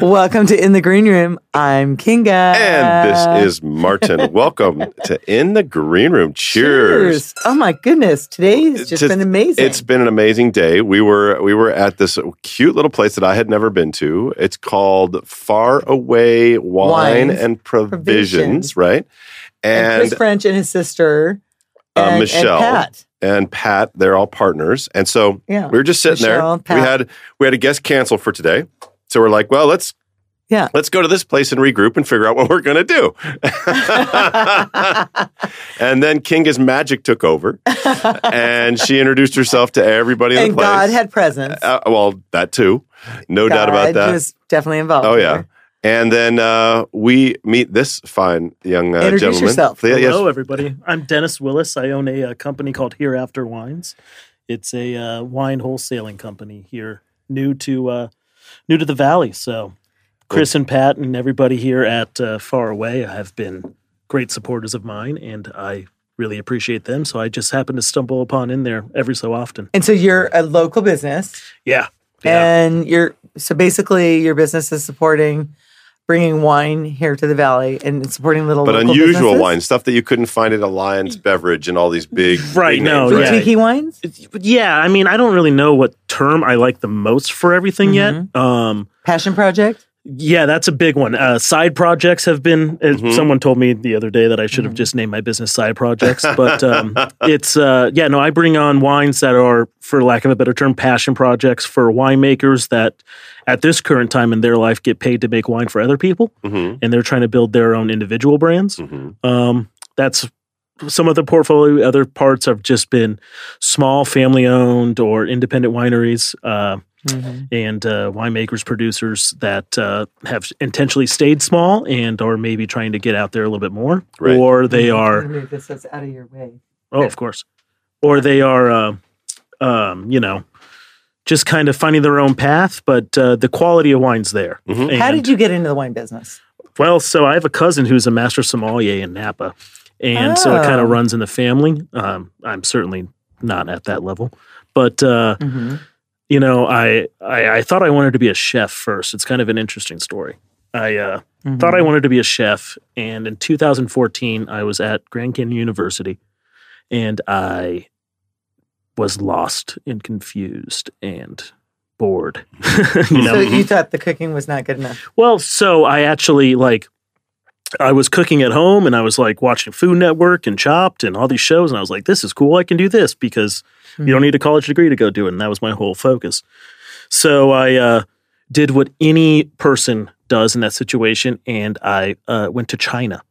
Welcome to In the Green Room. I'm Kinga. And Uh. this is Martin. Welcome to In the Green Room. Cheers. Oh my goodness. Today has just To- been amazing. It's been an amazing day. We were we were at this cute little place that I had never been to. It's called Far Away Wine Wines, and Provisions, Provisions. right? and, And, Chris French and his sister Uh, and, and Michelle. Pat. and Pat, they're all partners. And so Yeah. we were just sitting Michelle, there. Pat. We had we had a guest cancel for today. So we're like, well, let's Yeah. let's go to this place and regroup and figure out what we're going to do. and then Kinga's magic took over, and she introduced herself to everybody in and the place. God had presence. Uh, well, that too, no doubt God about that. was definitely involved. oh with yeah. her. And then uh, we meet this fine young uh, Introduce gentleman. yourself. Yeah, yes. Hello, everybody. I'm Dennis Willis. I own a, uh company called Hereafter Wines. It's a uh, wine wholesaling company here, new to uh, new to the valley. So, Chris and Pat and everybody here at uh, Far Away have been great supporters of mine, and I really appreciate them. So I just happen to stumble upon in there every so often. And so you're a local business Yeah, yeah, and you're so basically your business is supporting bringing wine here to the valley and supporting little But local unusual businesses? wine, stuff that you couldn't find at Alliance Beverage and all these big Right, big no, names, Oh, yeah. right? Tiki wines? yeah. I mean, I don't really know what term I like the most for everything yet. Um, Passion Project? Yeah, that's a big one. Uh, side projects have been. Uh, Mhm. Someone told me the other day that I should have just named my business side projects, but um, it's uh, yeah. No, I bring on wines that are, for lack of a better term, passion projects for winemakers that, at this current time in their life, get paid to make wine for other people, Mhm, and they're trying to build their own individual brands. mhm. Um, that's some of the portfolio. Other parts have just been small, family-owned or independent wineries. Uh, and uh, winemakers, producers that uh, have intentionally stayed small and are maybe trying to get out there a little bit more, Right. or they I'm are, gonna move this so it's out of your way. oh, of course, or they are, uh, um, you know, just kind of finding their own path, but uh, the quality of wine's there. Mhm. How did you get into the wine business? Well, so I have a cousin who's a master sommelier in Napa, and so it kind Oh. of runs in the family. Um, I'm certainly not at that level, but. Uh, Mm-hmm. you know, I, I I thought I wanted to be a chef first. It's kind of an interesting story. I uh, Mm-hmm. thought I wanted to be a chef, and in 2014, I was at Grand Canyon University, and I was lost and confused and bored. you know, So you thought the cooking was not good enough. well, so I actually like I was cooking at home and I was like watching Food Network and Chopped and all these shows and I was like this is cool I can do this because you Hmm. don't need a college degree to go do it and that was my whole focus. So I uh did what any person does in that situation and I uh went to China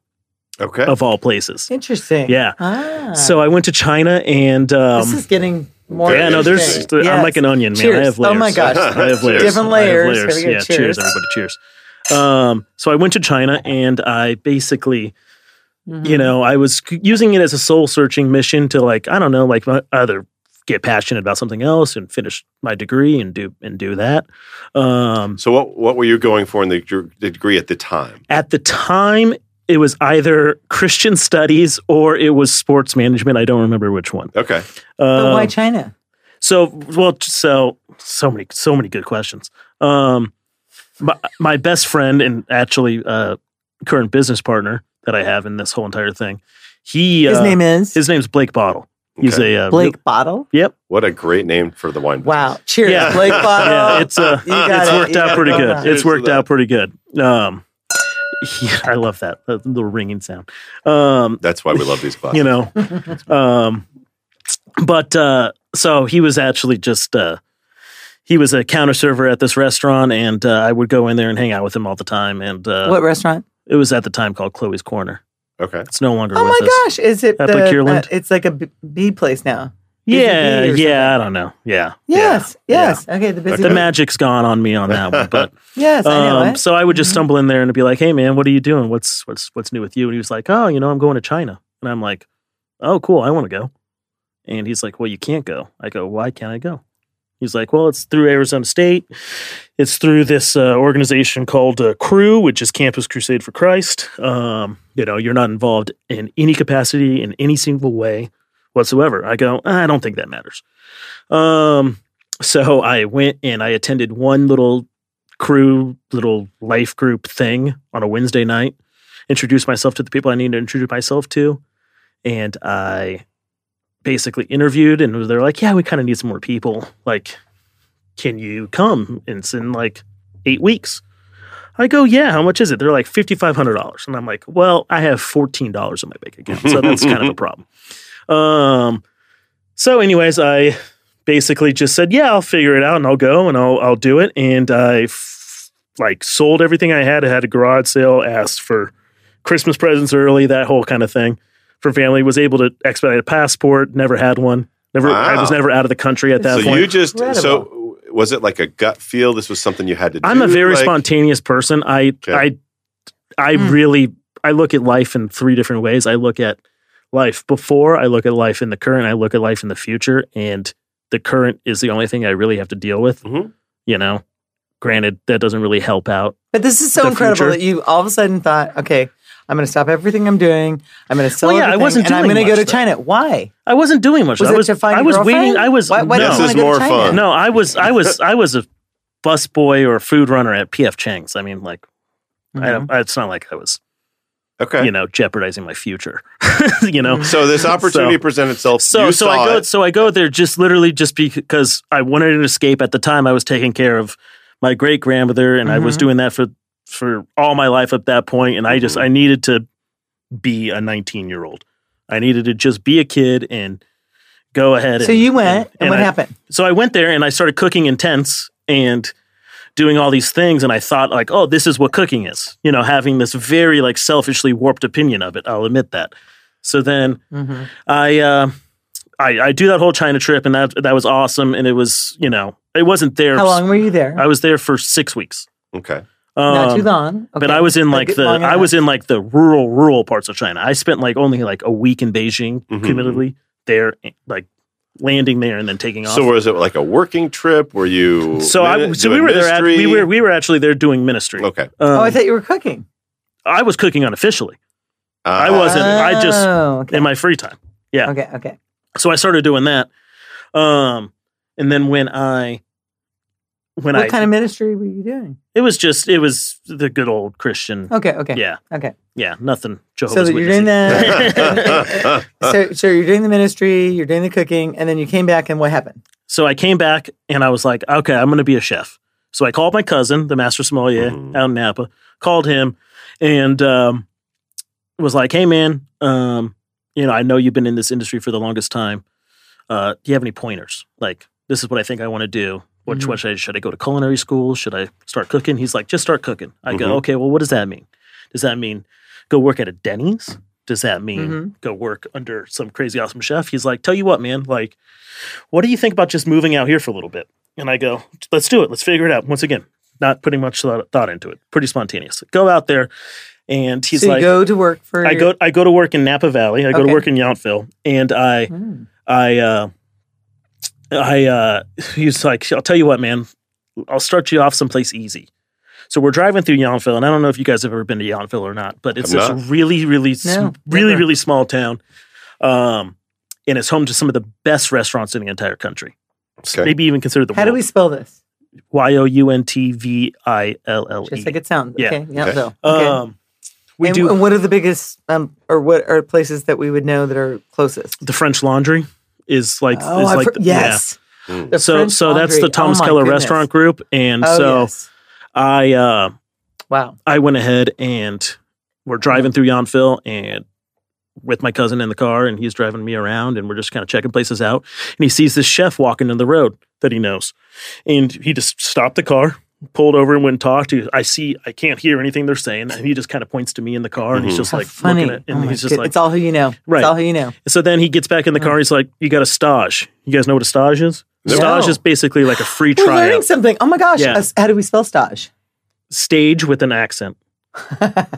Okay. of all places. Interesting. Yeah. Ah, So I went to China and um this is getting more. yeah, no, there's. interesting. I'm Yes. like an onion, man. I Cheers. have Oh layers. my gosh. I have layers. Different I have layers. Here we go. Yeah, cheers. Cheers. everybody. Cheers. Um, so I went to China and I basically, Mm-hmm. you know, I was c- using it as a soul searching mission to like, I don't know, like my other get passionate about something else and finish my degree and do and do that. Um, So what what were you going for in the dr- the degree at the time? at the time, it was either Christian studies or it was sports management. I don't remember which one. Okay. But Um, why China? So well, so so many so many good questions. Um, my my best friend and actually uh, current business partner that I have in this whole entire thing, he His uh, name is his name's Blake Bottle. He's Okay. a uh, Blake real- Bottle. Yep. What a great name for the wine. Wow. Cheers. Yeah. Blake Bottle. Yeah, it's uh, You got it's it. worked You got out it. pretty Well good. done. It's Cheers worked to out pretty good. Um, yeah, I love that, that little ringing sound. Um, That's why we love these glasses. you know um but uh so he was actually just uh he was a counter server at this restaurant and uh, i would go in there and hang out with him all the time and uh what restaurant? it was at the time called chloe's corner Okay. it's no longer Oh with my us gosh! Is it At the? Blake Kierland? uh, it's like a b- bee place now. yeah Busy Bee or yeah i don't know yeah Yes. yeah. Yes. Okay. The busy. the Bee. magic's gone on me on that one but yes, I know eh? Mm-hmm. um, it. so i would just stumble in there and be like hey man what are you doing what's what's what's new with you and he was like oh you know i'm going to china and i'm like oh cool i want to go and he's like well you can't go i go why can't i go he's like well it's through arizona state it's through this uh, organization called uh, crew which is campus crusade for christ um, you know you're not involved in any capacity in any single way whatsoever i go i don't think that matters um, so i went and i attended one little crew little life group thing on a Wednesday night. Introduced myself to the people I needed to introduce myself to, and I basically interviewed, and they're like, "Yeah, we kind of need some more people. Like, can you come? It's in like eight weeks." I go, "Yeah, how much is it?" They're like fifty five hundred dollars, and I'm like, "Well, I have fourteen dollars in my bank account, so that's kind of a problem." Um, so, anyways, I basically just said, "Yeah, I'll figure it out and I'll go and I'll I'll do it." And I f- like sold everything I had. I had a garage sale, asked for Christmas presents early, that whole kind of thing for family. Was able to expedite a passport. Never had one. Never. I was Wow. never out of the country at that so point. you just Incredible. so was it like a gut feel? This was something you had to. do? I'm a very Like- spontaneous person. I Okay. I I Mm. really I look at life in three different ways. I look at life before, I look at life in the current, I look at life in the future, and the current is the only thing I really have to deal with. Mhm. You know, granted that doesn't really help out. But this is so The incredible future. that you all of a sudden thought, okay, I'm going to stop everything I'm doing. I'm going to sell Well, yeah, I everything, wasn't and I'm doing gonna go to much, though. China. Why? I wasn't doing much. Was I it was to find I a was girlfriend? waiting. I was Why, why no, did you This want is to go more to China? fun. no. I was I was I was a bus boy or food runner at PF Chang's. I mean, like I Mhm. don't, it's not like I was Okay. you know jeopardizing my future. you know, Mm-hmm. So this opportunity presented itself. So you so saw I go it. so I go there just literally just because I wanted an escape at the time I was taking care of my great grandmother and I was Mhm. doing that for for all my life at that point and I just Mhm. Mm-hmm. I needed to be a 19 year old. I needed to just be a kid and go ahead So and- you went, and, what I- happened? so I went there and I started cooking in tents and doing all these things. And I thought, like, oh, this is what cooking is, you know, having this very like selfishly warped opinion of it. I'll admit that. So then Mhm. I, uh, I, I do that whole China trip and that, that was awesome. And it was, you know, it wasn't there. How long were you there? I was there for six weeks. Okay. Not Um, too long. But Okay. I was in But like good- the long I enough. was in like the rural rural parts of China. I spent like only like a week in Beijing Mhm. cumulatively there, like landing there and then taking off. So was it like a working trip? Were you So I mini- so we doing were there at, we ministry? were we were actually there doing ministry. okay. Oh, I Um, thought you were cooking. I was cooking unofficially Ah, wasn't. I just- Oh, okay. in my free time. yeah. Okay. Okay. So I started doing that. Um and then when I when what I kind of ministry were you doing? it was just it was the good old Christian. Okay. Okay. Yeah. Okay. Yeah, nothing Jehovah's So that you're doing Witnessy. that. Uh, so, so you're doing the ministry, you're doing the cooking, and then you came back, and what happened? So I came back and I was like, okay, I'm going to be a chef. So I called my cousin, the master sommelier Mhm. out in Napa, called him and um, was like, hey, man, um, you know, I know you've been in this industry for the longest time. Uh, do you have any pointers? Like, this is what I think I want to do. Which Mhm. what should I, should I go to culinary school? Should I start cooking? He's like, just start cooking. I Mhm. go, okay, well, what does that mean? Does that mean go work at a Denny's? Does that mean Mhm. go work under some crazy awesome chef? He's like, tell you what, man, like, what do you think about just moving out here for a little bit? And I go, let's do it. Let's figure it out. Once again, not putting much thought thought into it. Pretty spontaneous. Go out there, and he's so like, you go to work for. I go, I go to work in Napa Valley. I go to Okay. work in Yountville, and I, Hmm. I, uh, I, uh, he's like, I'll tell you what, man, I'll start you off someplace easy. So we're driving through Yountville, and I don't know if you guys have ever been to Yountville or not, but it's Have this not. really, really, sm- No, really, never. really small town, um, and it's home to some of the best restaurants in the entire country. Okay. Maybe even considered the How do world. we spell this? Y O U N T V I L L Just like E. it sounds. Yeah. Okay. Yeah. Okay. So, okay. Um, we and, do and what are the biggest, um, or what are places that we would know that are closest? the French Laundry is like oh, is I've like heard- the- yes. Mm. yeah. The So French so that's the Laundry. Thomas Oh, my Keller goodness. Restaurant Group, and Oh, so yes. I uh, wow. I went ahead and we're driving through Yountville and with my cousin in the car, and he's driving me around, and we're just kind of checking places out. And he sees this chef walking in the road that he knows, and he just stopped the car, pulled over, and went and talked to. I see, I can't hear anything they're saying, and he just kind of points to me in the car, and he's Mhm. just How like funny. looking at, and oh, my he's just good- like, it's all who you know. Right. It's all who you know. So then he gets back in the car. He's like, "You got a stage? You guys know what a stage is? No. Stage is basically like a free We're learning tryout something. Oh my gosh. Yeah. Us- How do we spell stage? stage with an accent.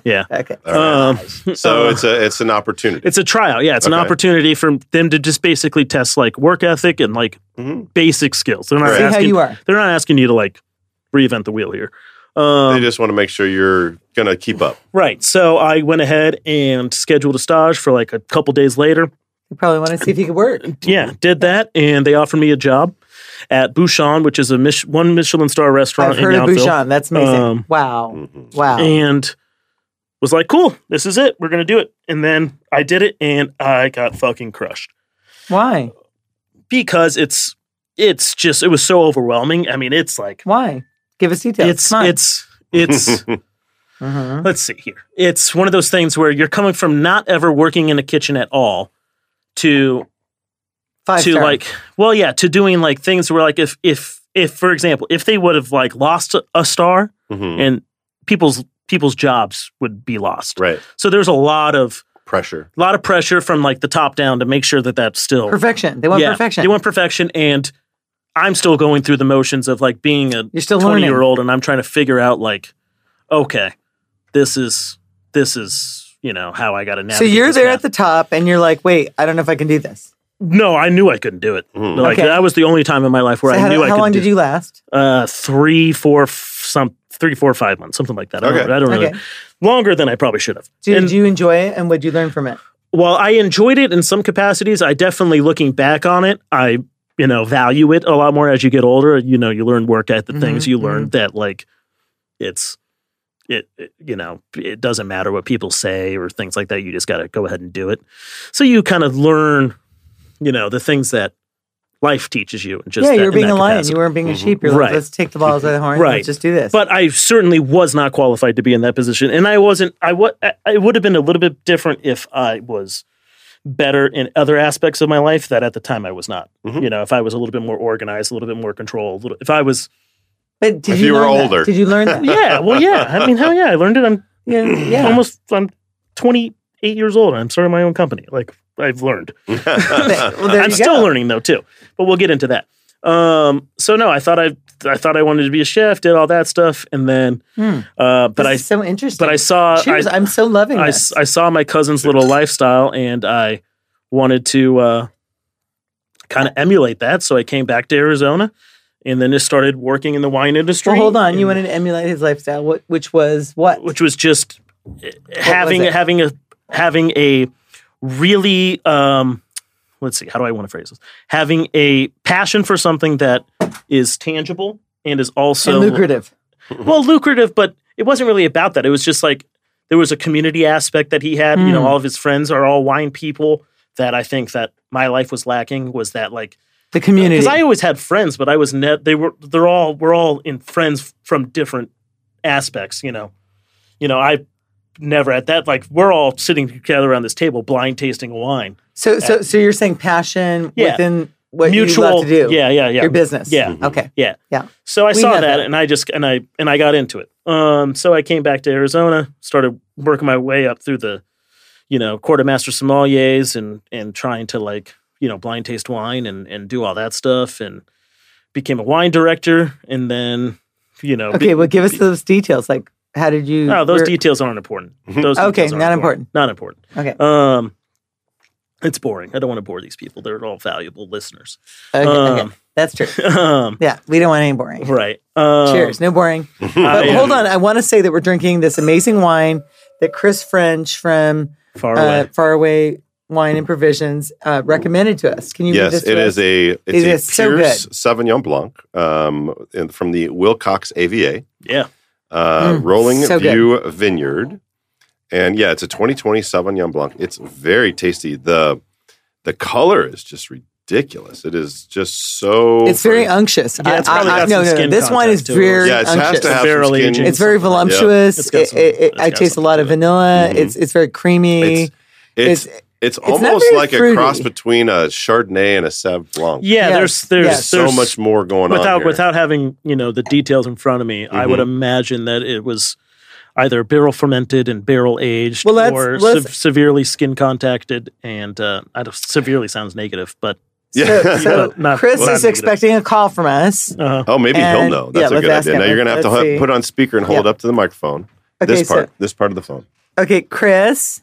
Yeah. Okay. All right. Um, so uh, it's a it's an opportunity. it's a tryout. Yeah, it's an Okay. opportunity for them to just basically test like work ethic and like Mhm. basic skills. They're not Right. See asking. how you are. They're not asking you to like reinvent the wheel here. Um, They just want to make sure you're gonna keep up. right. So I went ahead and scheduled a stage for like a couple days later. You probably want to see if you could work. Yeah, did that, and they offered me a job at Bouchon, which is a Mich- one Michelin star restaurant I've in heard of Yountville. Bouchon. That's amazing. Um, wow. Mhm. Wow. and was like, "Cool, this is it. We're gonna do it." And then I did it, and I got fucking crushed Why? because it's it's just it was so overwhelming. I mean, it's like Why? Give us details. it's Come on. it's it's Mhm. let's see here. It's one of those things where you're coming from not ever working in a kitchen at all to five to star. like well yeah to doing like things where like if if if for example if they would have like lost a, a star Mhm. and people's people's jobs would be lost right. so there's a lot of Pressure. a lot of pressure from like the top down to make sure that that's still perfection. They want Yeah, perfection. They want perfection, and I'm still going through the motions of like being a You're still 20 learning. year old, and I'm trying to figure out like, okay, this is this is you know how I got to navigate. so you're this there now. at the top, and you're like, wait, I don't know if I can do this. no, I knew I couldn't do it. Mhm. Like Okay. that was the only time in my life where so I how, knew I how could long do, did you last? uh three four f- some three four five months something like that. I don't, Okay. I don't really Okay. longer than I probably should have. Did, And- did you enjoy it, and what did you learn from it? while I enjoyed it in some capacities, I definitely looking back on it, I you know value it a lot more as you get older. You know, you learn work at the things Mhm, you learn that like it's it, it you know it doesn't matter what people say or things like that. You just got to go ahead and do it. So you kind of learn, you know, the things that life teaches you. And just yeah, that, you were in being that a lion. capacity. You weren't being a Mhm. sheep. You're Right. like, let's take the balls by the horn. Right. Let's just do this. But I certainly was not qualified to be in that position, and I wasn't. I what it would have been a little bit different if I was better in other aspects of my life that at the time I was not. Mm-hmm. Mhm. You know, if I was a little bit more organized, a little bit more controlled, a little- if I was, But did If you were learn that? older. Did you learn that? yeah, well, yeah. I mean, hell yeah, I learned it. I'm yeah. yeah. almost. I'm 28 years old. and I'm starting my own company. Like I've learned. Well, there I'm you still go. learning though too, but we'll get into that. Um, so no, I thought I, I thought I wanted to be a chef, did all that stuff, and then, Hmm. uh, but This I is so interesting. but I saw Cheers. I, I, am so loving I, this. s- I saw my cousin's little lifestyle and I wanted to uh, kind of emulate that. So I came back to Arizona and then just started working in the wine industry. well, hold on. You and- wanted to emulate his lifestyle, wh- which was what? which was just eh, having it? having a having a really um, let's see how do I want to phrase this having a passion for something that is tangible and is also and lucrative. well lucrative but it wasn't really about that it was just like there was a community aspect that he had you know Mm. all of his friends are all wine people that i think that my life was lacking was that like The community. because Uh, i always had friends but i was net they were they're all we're all in friends from different aspects you know you know i never at that like we're all sitting together around this table blind tasting wine so, so, so you're saying passion Yeah. within what mutual you love to do. yeah yeah yeah Your business. Yeah. Mhm. Okay. So I We saw have that, that. and I just and I and I got into it. Um, so I came back to Arizona, started working my way up through the, you know, quartermaster sommeliers and and trying to like you know blind taste wine and and do all that stuff, and became a wine director, and then you know, Okay. be- Well, give us those details. Like, how did you? no, those where- details aren't important. Mhm. Those Okay, details aren't not Not important. Okay. Um, it's boring. I don't want to bore these people. They're all valuable listeners. Okay, okay. um, That's true. um, Yeah. We don't want any boring. right. Um, Cheers. No boring. But I, hold on. I want to say that we're drinking this amazing wine that Chris French from Far away. uh, Faraway Wine and Provisions uh, recommended to us. Can you read yes, this it to is us? a it's It a is so good. Pierce Sauvignon Blanc um, in- from the Wilcox AVA, yeah. uh, Mm, Rolling so good. View Vineyard, and yeah, it's a 2020 Sauvignon Blanc. It's very tasty. the The color is just ridiculous. It is just so. It's very unctuous. Yeah, it's probably got no, some no, no, skin This wine is contact to it. very yeah, it has unctuous. to have some Barrel skin. aging. it's very voluptuous. It's got It- some- it- it- it's I got taste a some lot to of it. vanilla. Mhm. It's it's very creamy. It's- It's it's, not almost very like a fruity. cross between a Chardonnay and a Sauv Blanc. Yeah, Yes, there's there's, yes. so there's- much more going on. without here. without having you know the details in front of me. I would Mm-hmm. Mhm. imagine that it was either barrel fermented and barrel aged, Well, let's- or let's- sev- severely skin contacted. And uh, I don't, severely sounds negative, but Yeah. So, so But not- Chris well, is not negative. expecting a call from us. uh, Oh, maybe he'll And- know. yeah, That's a let's good ask idea. him. Now you're gonna have to Let's hu- see. put on speaker and hold Yeah. it up to the microphone. Okay, this part, so this part of the phone. okay, Chris.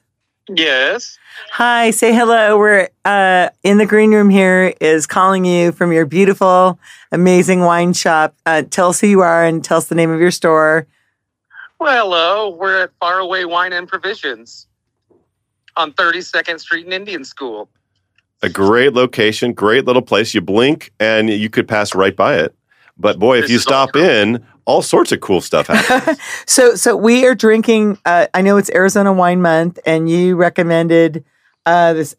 Yes. Hi, say hello. We're uh, in the green room here is calling you from your beautiful, amazing wine shop. Uh, tell us who you are and tell us the name of your store. Well, hello. We're at Faraway Wine and Provisions on 32nd Street in Indian School. A great location, great little place. You blink and you could pass right by it. But boy, if This you is all stop in, all sorts of cool stuff happens. So, so we are drinking. Uh, I know it's Arizona Wine Month, and you recommended uh, this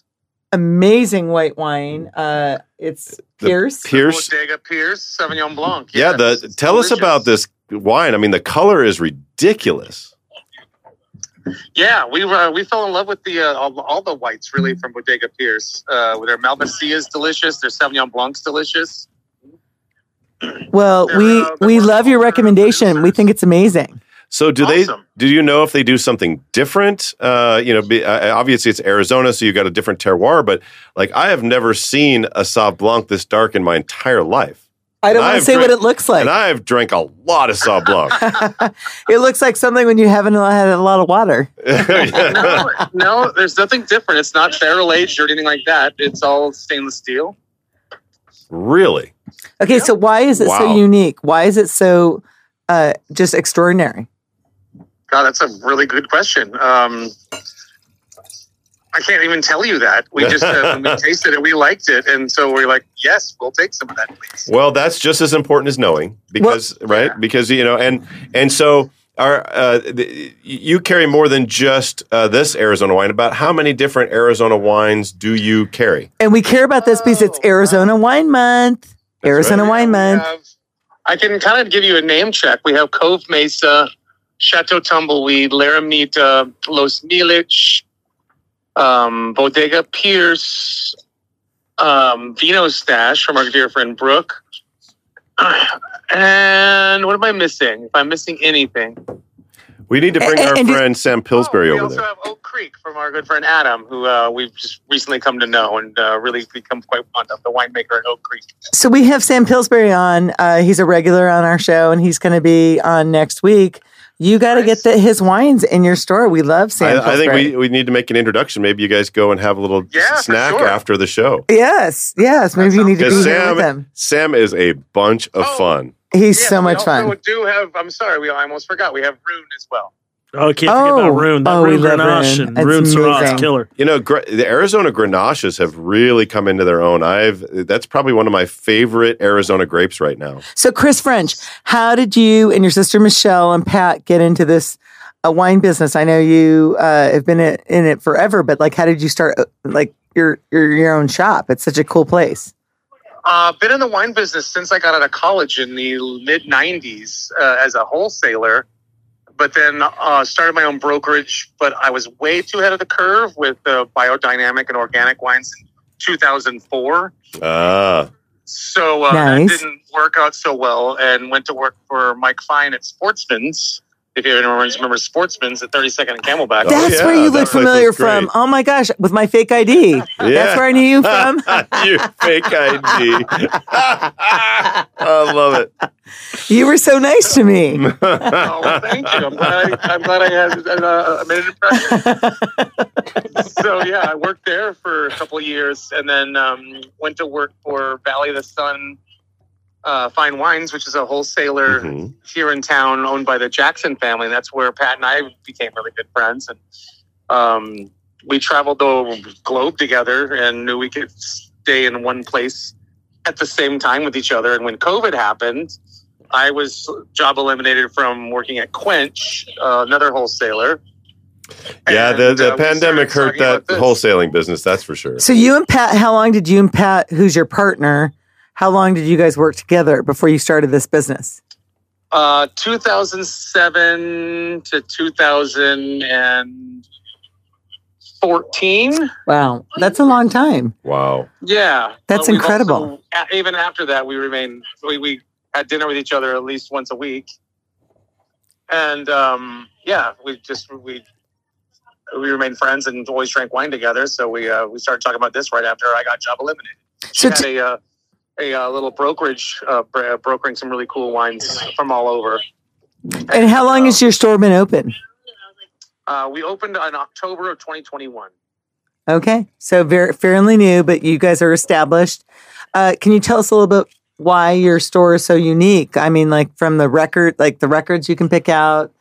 amazing white wine. Uh, it's The Pierce. Pierce. Bodega Pierce Sauvignon Blanc. Yeah, yes, the it's tell us delicious. about this wine. I mean, the color is ridiculous. Yeah, we were we fell in love with the uh, all, all the whites really from Bodega Pierce. Uh, their Malvasia is delicious. Their Sauvignon Blanc's delicious. well, they're, we uh, they're we one of love your our recommendation. We producers. think it's amazing. So do they Awesome. do you know if they do something different? Uh, you know, be, uh, obviously it's Arizona, so you got a different terroir. But like, I have never seen a Sauv Blanc this dark in my entire life, I don't want And to I've say what drank- it looks like. and I have drank a lot of Sauv Blanc. it looks like something when you haven't had a lot of water. Yeah. no, no, there's nothing different. It's not barrel aged or anything like that. It's all stainless steel. really? Okay, so why is it so Wow. unique? Why is it so uh, just extraordinary? God, that's a really good question. Um, I can't even tell you that. We just uh, when we tasted it, we liked it, and so we're like, yes, we'll take some of that, please. Well, that's just as important as knowing because right because you know and and so our uh, the, you carry more than just uh, this Arizona wine. About how many different Arizona wines do you carry? And we care about this because it's Oh, wow. Arizona Wine Month. That's Arizona right. Wine We Month. have- I can kind of give you a name check. We have Cove Mesa, Chateau Tumbleweed, Laramita, Los Milich, um, Bodega Pierce, um, Vino Stash from our dear friend Brooke. And what am I missing? If I'm missing anything, We need to bring And- our and do- friend Sam Pillsbury Oh, we over also there. have Oak Creek from our good friend Adam, who uh, we've just recently come to know and uh, really become quite fond of the winemaker at Oak Creek. So we have Sam Pillsbury on. Uh, he's a regular on our show, and he's going to be on next week. You got to Nice. get the, his wines in your store. We love Sam. I, I think Pillsbury. we, we need to make an introduction. Maybe you guys go and have a little Yeah, for snack sure. after the show. Yes, yes. Maybe you need to be Because here Sam- with him. Sam is a bunch of Oh. fun. He's Yeah, so we much also fun. Do have? I'm sorry, we I almost forgot. We have Rune as well. Oh, I can't forget Oh. about Rune. That Oh, we Rune love Grenache Rune. and That's Rune amazing. Syrah's killer. You know, gr- the Arizona Grenaches have really come into their own. I've that's probably one of my favorite Arizona grapes right now. So, Chris French, how did you and your sister Michelle and Pat get into this uh, wine business? I know you uh, have been in in it forever, but like, how did you start? uh, Like your your your own shop? It's such a cool place. Uh, been in the wine business since I got out of college in the mid '90s uh, as a wholesaler, but then uh, started my own brokerage. But I was way too ahead of the curve with uh, biodynamic and organic wines in 2004. Ah, So uh, Nice. that didn't work out so well, and went to work for Mike Fine at Sportsman's. If you remember, remember Sportsman's at 32nd and Camelback. Oh, That's where yeah, you that look place was familiar from. great. Oh my gosh, with my fake ID. That's where I knew you from. you fake ID. I love it. You were so nice to me. Oh, well, thank you. I'm glad I, I'm glad I had uh, made an impression. so yeah, I worked there for a couple of years, and then um, went to work for Valley of the Sun uh, Fine Wines, which is a wholesaler Mhm. here in town, owned by the Jackson family. And that's where Pat and I became really good friends, and um, we traveled the globe together, and knew we could stay in one place at the same time with each other. And when COVID happened. I was job eliminated from working at Quench, uh, another wholesaler. Yeah, And, the, the uh, we pandemic hurt started talking that about this. wholesaling business, that's for sure. so you and Pat, how long did you and Pat, who's your partner, how long did you guys work together before you started this business? Uh, 2007 to 2014. Wow, that's a long time. Wow. Yeah, That's But we've incredible. also- a- even after that, we remained. We, we had dinner with each other at least once a week, and um, yeah, we just we we remained friends and always drank wine together. So we uh, we started talking about this right after I got job eliminated. She So had t- a uh, a uh, little brokerage uh, br- brokering some really cool wines from all over. and how long has your store been open? Uh, we opened in October of 2021. Okay, so very fairly new, but you guys are established. Uh, can you tell us a little bit why your store is so unique? I mean, like from the record, like the records you can pick out.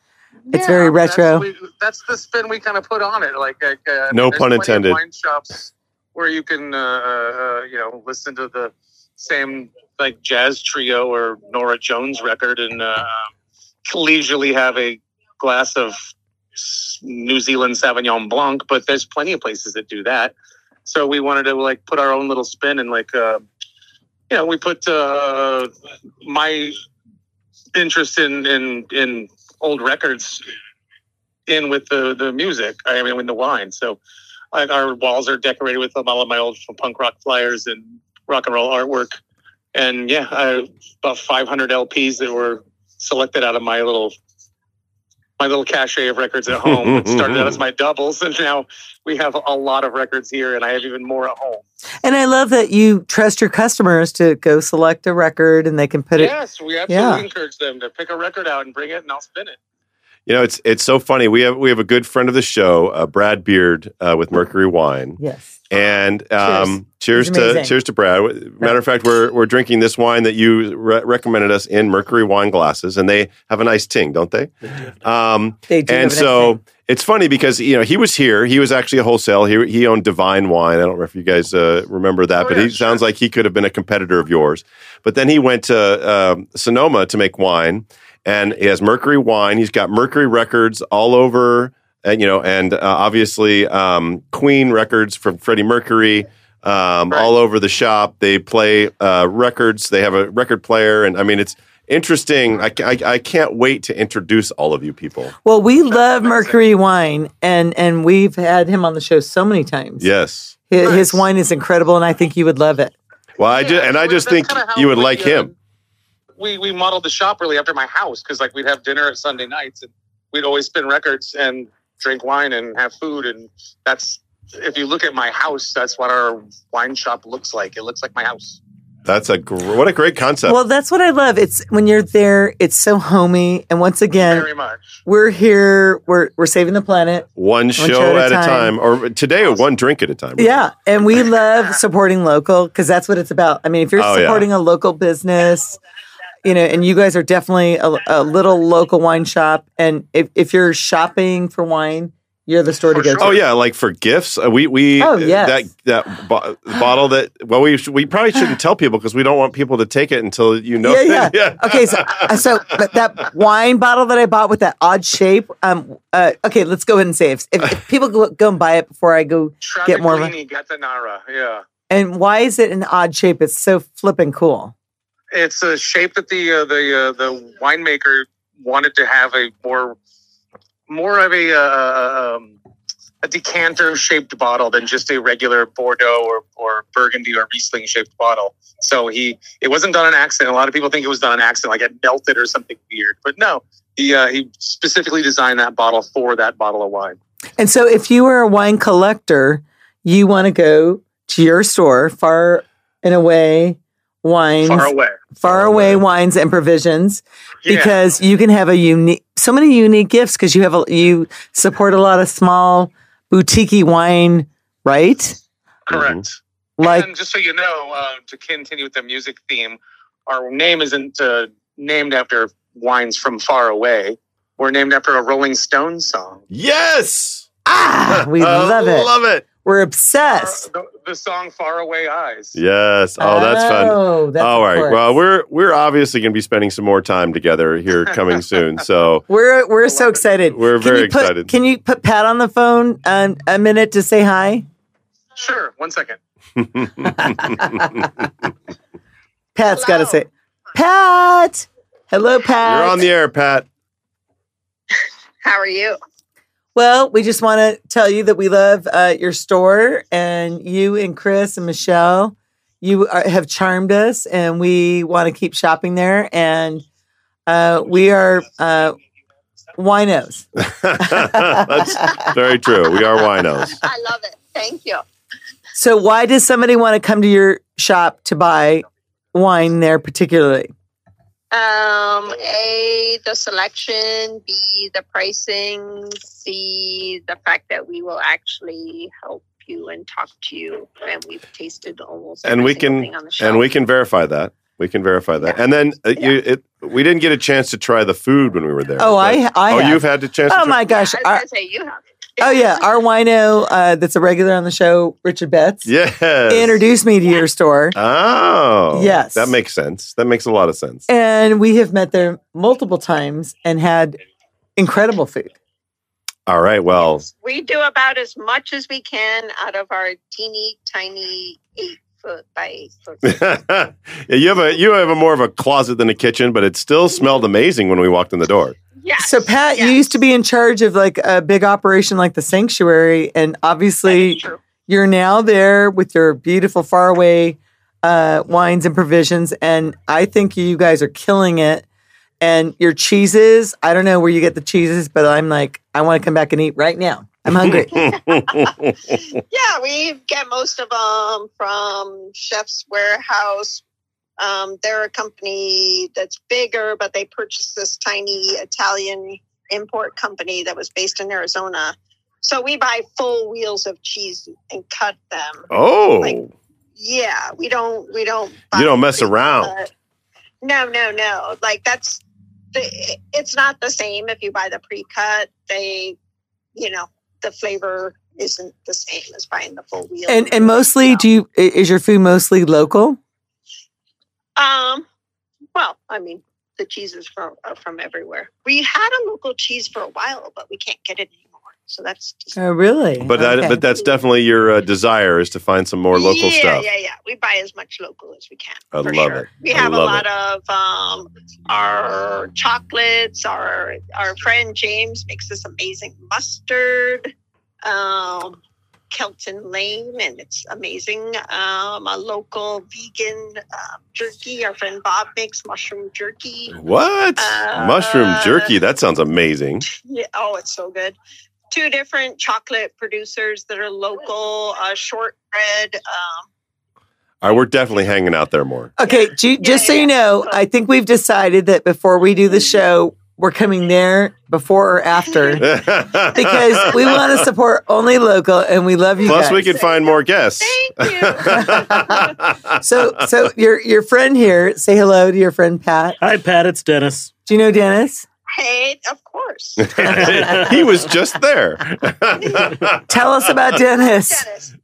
It's very that's- retro. we- That's, the spin we kind of put on it. Like, like, uh, No there's pun plenty of intended. Wine shops where you can uh, uh, you know listen to the same like jazz trio or Nora Jones record and uh, leisurely have a glass of New Zealand Sauvignon Blanc. But there's plenty of places that do that. So we wanted to like put our own little spin and like uh, you know we put uh, my interest in in in old records in with the the music. I mean, with the wine. So like our walls are decorated with all of my old punk rock flyers and rock and roll artwork. And yeah, I, about 500 LPs that were selected out of my little my little cache of records at home. it started out as my doubles, and now we have a lot of records here, and I have even more at home. And I love that you trust your customers to go select a record and they can put it. yes, we yeah. absolutely encourage them to pick a record out and bring it, and I'll spin it. You know, it's it's so funny. We have we have a good friend of the show, uh, Brad Beard, uh, with Mercury Wine, Yes. and um, cheers, He's to amazing. cheers to Brad. Matter of fact, we're we're drinking this wine that you re- recommended us in Mercury wine glasses, and they have a nice ting, don't they? Um, They do. have and an so it's funny because you know he was here. He was actually a wholesale. He he owned Divine Wine. I don't know if you guys uh, remember that, Oh, but yeah, he sure. sounds like he could have been a competitor of yours. But then he went to um Sonoma to make wine, and he has Mercury Wine. He's got Mercury Records all over, and you know, and uh, obviously um, Queen Records from Freddie Mercury. Um, Right. All over the shop, they play uh, records. They have a record player, and I mean, it's interesting. I, ca- I, I can't wait to introduce all of you people. Well, we love Mercury wine, and and we've had him on the show so many times. Yes. Hi- his, Nice. wine is incredible, and I think you would love it. Well, I Yeah, just and I that's just kinda think how you would we, like uh, him. We we modeled the shop really after my house because like we'd have dinner at Sunday nights and we'd always spin records and drink wine and have food and that's if you look at my house, that's what our wine shop looks like. It looks like my house. That's a gr- what a great concept. well, that's what I love. It's when you're there, it's so homey. And once again, Very much. we're here. We're we're saving the planet. one show, at a time, or today, or one drink at a time. Yeah, and we love supporting local because that's what it's about. I mean, if you're Oh, yeah. supporting a local business, you know, and you guys are definitely a, a little local wine shop, and if, if you're shopping for wine, you're the store to For go sure. to. Oh yeah, like for gifts, uh, we we Oh, yes. that that bo- bottle that well we sh- we probably shouldn't tell people because we don't want people to take it until you know. Yeah, yeah. Okay, so uh, so but that wine bottle that I bought with that odd shape. Um. Uh, okay, let's go ahead and say if, if, if people go, go and buy it before I go. Get more of a- Travaglini Gattinara, yeah. And why is it an odd shape? It's so flippin' cool. it's a shape that the uh, the uh, the winemaker wanted to have a more more of a uh, um, a decanter shaped bottle than just a regular Bordeaux or, or Burgundy or Riesling shaped bottle. So he it wasn't done on accident. A lot of people think it was done on accident, like it melted or something weird. But no, he uh, he specifically designed that bottle for that bottle of wine. And so, if you are a wine collector, you want to go to your store, far and away wines, Far away, Far away wines and provisions, yeah, because you can have a unique, so many unique gifts because you have a, you support a lot of small boutique wine, right? correct. Like and just so you know, uh, to continue with the music theme, our name isn't uh, named after wines from far away. We're named after a Rolling Stones song. Yes, ah, we I love it. Love it. We're obsessed. The, the song "Far Away Eyes." Yes. Oh, that's fun. Oh, that's All right. important. Well, we're we're obviously going to be spending some more time together here coming soon. So we're we're so excited. We're Can very you put- excited. Can you put Pat on the phone um, a minute to say hi? Sure. One second. Pat's got to Hello. say, Pat. Hello, Pat. you're on the air, Pat. How are you? Well, we just want to tell you that we love uh, your store and you and Chris and Michelle. You are, have charmed us, and we want to keep shopping there. And uh, we are uh, winos. That's very true. We are winos. I love it. Thank you. So, why does somebody want to come to your shop to buy wine there, particularly? Um, A, the selection, B, the pricing, C, the fact that we will actually help you and talk to you. And we've tasted almost And every we single can- thing on the show. and we can verify that. We can verify that. And then uh, you, it, we didn't get a chance to try the food when we were there. Oh, but- I, I oh, have. you've had the chance. oh to my gosh! I was Our- going to say, you have. Oh yeah, our wino uh, that's a regular on the show, Richard Betts, Yes. introduced me to your store, Oh. Yes. That makes sense. That makes a lot of sense. and we have met there multiple times and had incredible food. All right. Well, We do about as much as we can out of our teeny tiny eight foot by eight foot. Yeah, you have a you have a more of a closet than a kitchen, but it still smelled amazing when we walked in the door. Yes. So Pat, yes, you used to be in charge of like a big operation like the sanctuary, and that obviously is true. you're now there with your beautiful faraway uh, wines and provisions, and I think you guys are killing it. And your cheeses, I don't know where you get the cheeses, but I'm like, I want to come back and eat right now. I'm hungry. Yeah, we get most of them from Chef's Warehouse. Um, they're a company that's bigger, but they purchased this tiny Italian import company that was based in Arizona. So we buy full wheels of cheese and cut them. oh. Yeah, we don't we don't. You don't mess around. pre-cut. No, no, no. Like that's the, it's not the same if you buy the pre-cut. They, you know, the flavor isn't the same as buying the full wheel. and and mostly, do you i- is your food mostly local? Um, well, I mean, the cheeses from are from everywhere. We had a local cheese for a while, but we can't get it anymore. So that's just Oh, really? But that Okay. but that's definitely your uh, desire is to find some more local yeah, stuff. Yeah, yeah, We buy as much local as we can. I for love sure. it. We I have a love lot of um, our chocolates. Our our friend James makes this amazing mustard, um, Kelton Lane, and it's amazing. Um, a local vegan uh, jerky. Our friend Bob makes mushroom jerky. What? Uh, Mushroom jerky. That sounds amazing. Yeah, oh, it's so good. Two different chocolate producers that are local. Uh, shortbread. Um, All right, we're definitely hanging out there more. Okay, ju- just so yeah, Mm-hmm. you know, I think we've decided that before we do the show, we're coming there before or after because because we want to support only local, and we love you. Plus, guys. we could find more guests. thank you. So, so your your friend here, say hello to your friend Pat. Hi, Pat. It's Dennis. Do you know Dennis? Hey, of course. Oh, he was just there. Tell us about Dennis. Dennis.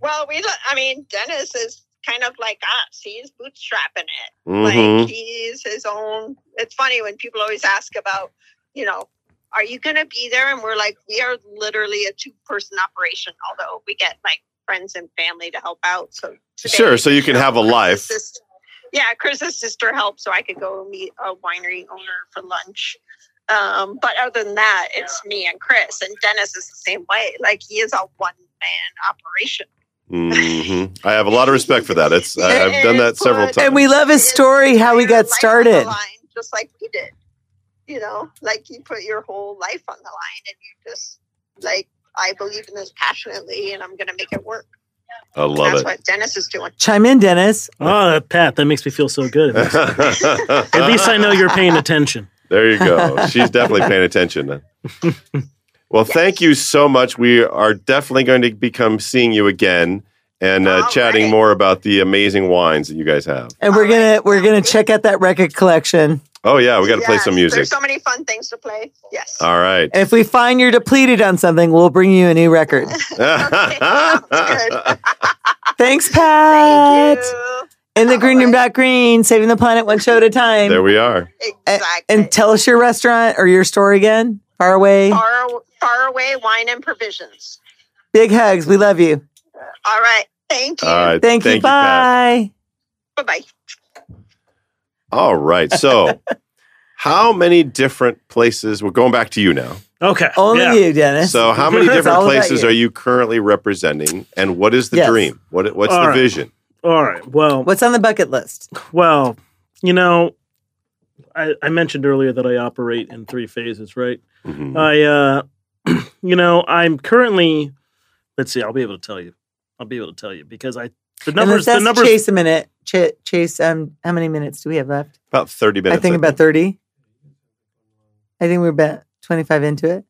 Well, we, lo- I mean, Dennis is kind of like us. He's bootstrapping it. Mhm. Like he's his own. It's funny when people always ask about, you know, are you going to be there? And we're like, we are literally a two person operation, although we get like friends and family to help out. So today, Sure, so you can have a Chris's life. sister- yeah, Chris's sister helped, so I could go meet a winery owner for lunch. Um, but other than that, it's me and Chris, and Dennis is the same way. Like he is a one man operation. hmm I have a lot of respect for that. It's I, I've done that several times. And we love his story, how he Your got life on started. the line, just like we did. You know, like you put your whole life on the line, and you just like I believe in this passionately, and I'm going to make it work. I love That's it. what Dennis is doing. Chime in, Dennis. Oh, Pat, that makes me feel so good. At least I know you're paying attention. There you go. She's definitely paying attention. Well, thank you so much. We are definitely going to become seeing you again and uh, All chatting right. more about the amazing wines that you guys have. And we're All right. gonna we're gonna check out that record collection. Oh yeah, we got to play Yes, some music. There's so many fun things to play. Yes. All right. And if we find you're depleted on something, we'll bring you a new record. sounds Thanks, Thank Pat. you. In the green room dot green, saving the planet one show at a time. there we are. A- Exactly. and tell us your restaurant or your store again. Far away. far, far away wine and provisions. Big hugs. We love you. All right. Thank you. All right. Thank, you. Pat. Bye. Bye bye. All right. So, how many different places? We're going back to you now. Okay. Only yeah. you, Dennis. So, how many It's different all about places you. are you currently representing, and what is the Yes. dream? What What's All the right. vision? All right. Well, What's on the bucket list? well, you know, I, I mentioned earlier that I operate in three phases, right? Mhm. I, uh, you know, I'm currently. Let's see. I'll be able to tell you. I'll be able to tell you because I the And numbers. The let's ask numbers. Chase a minute. Ch- Chase, um, how many minutes do we have left? about thirty I minutes. think about thirty. I think we're about twenty-five into it.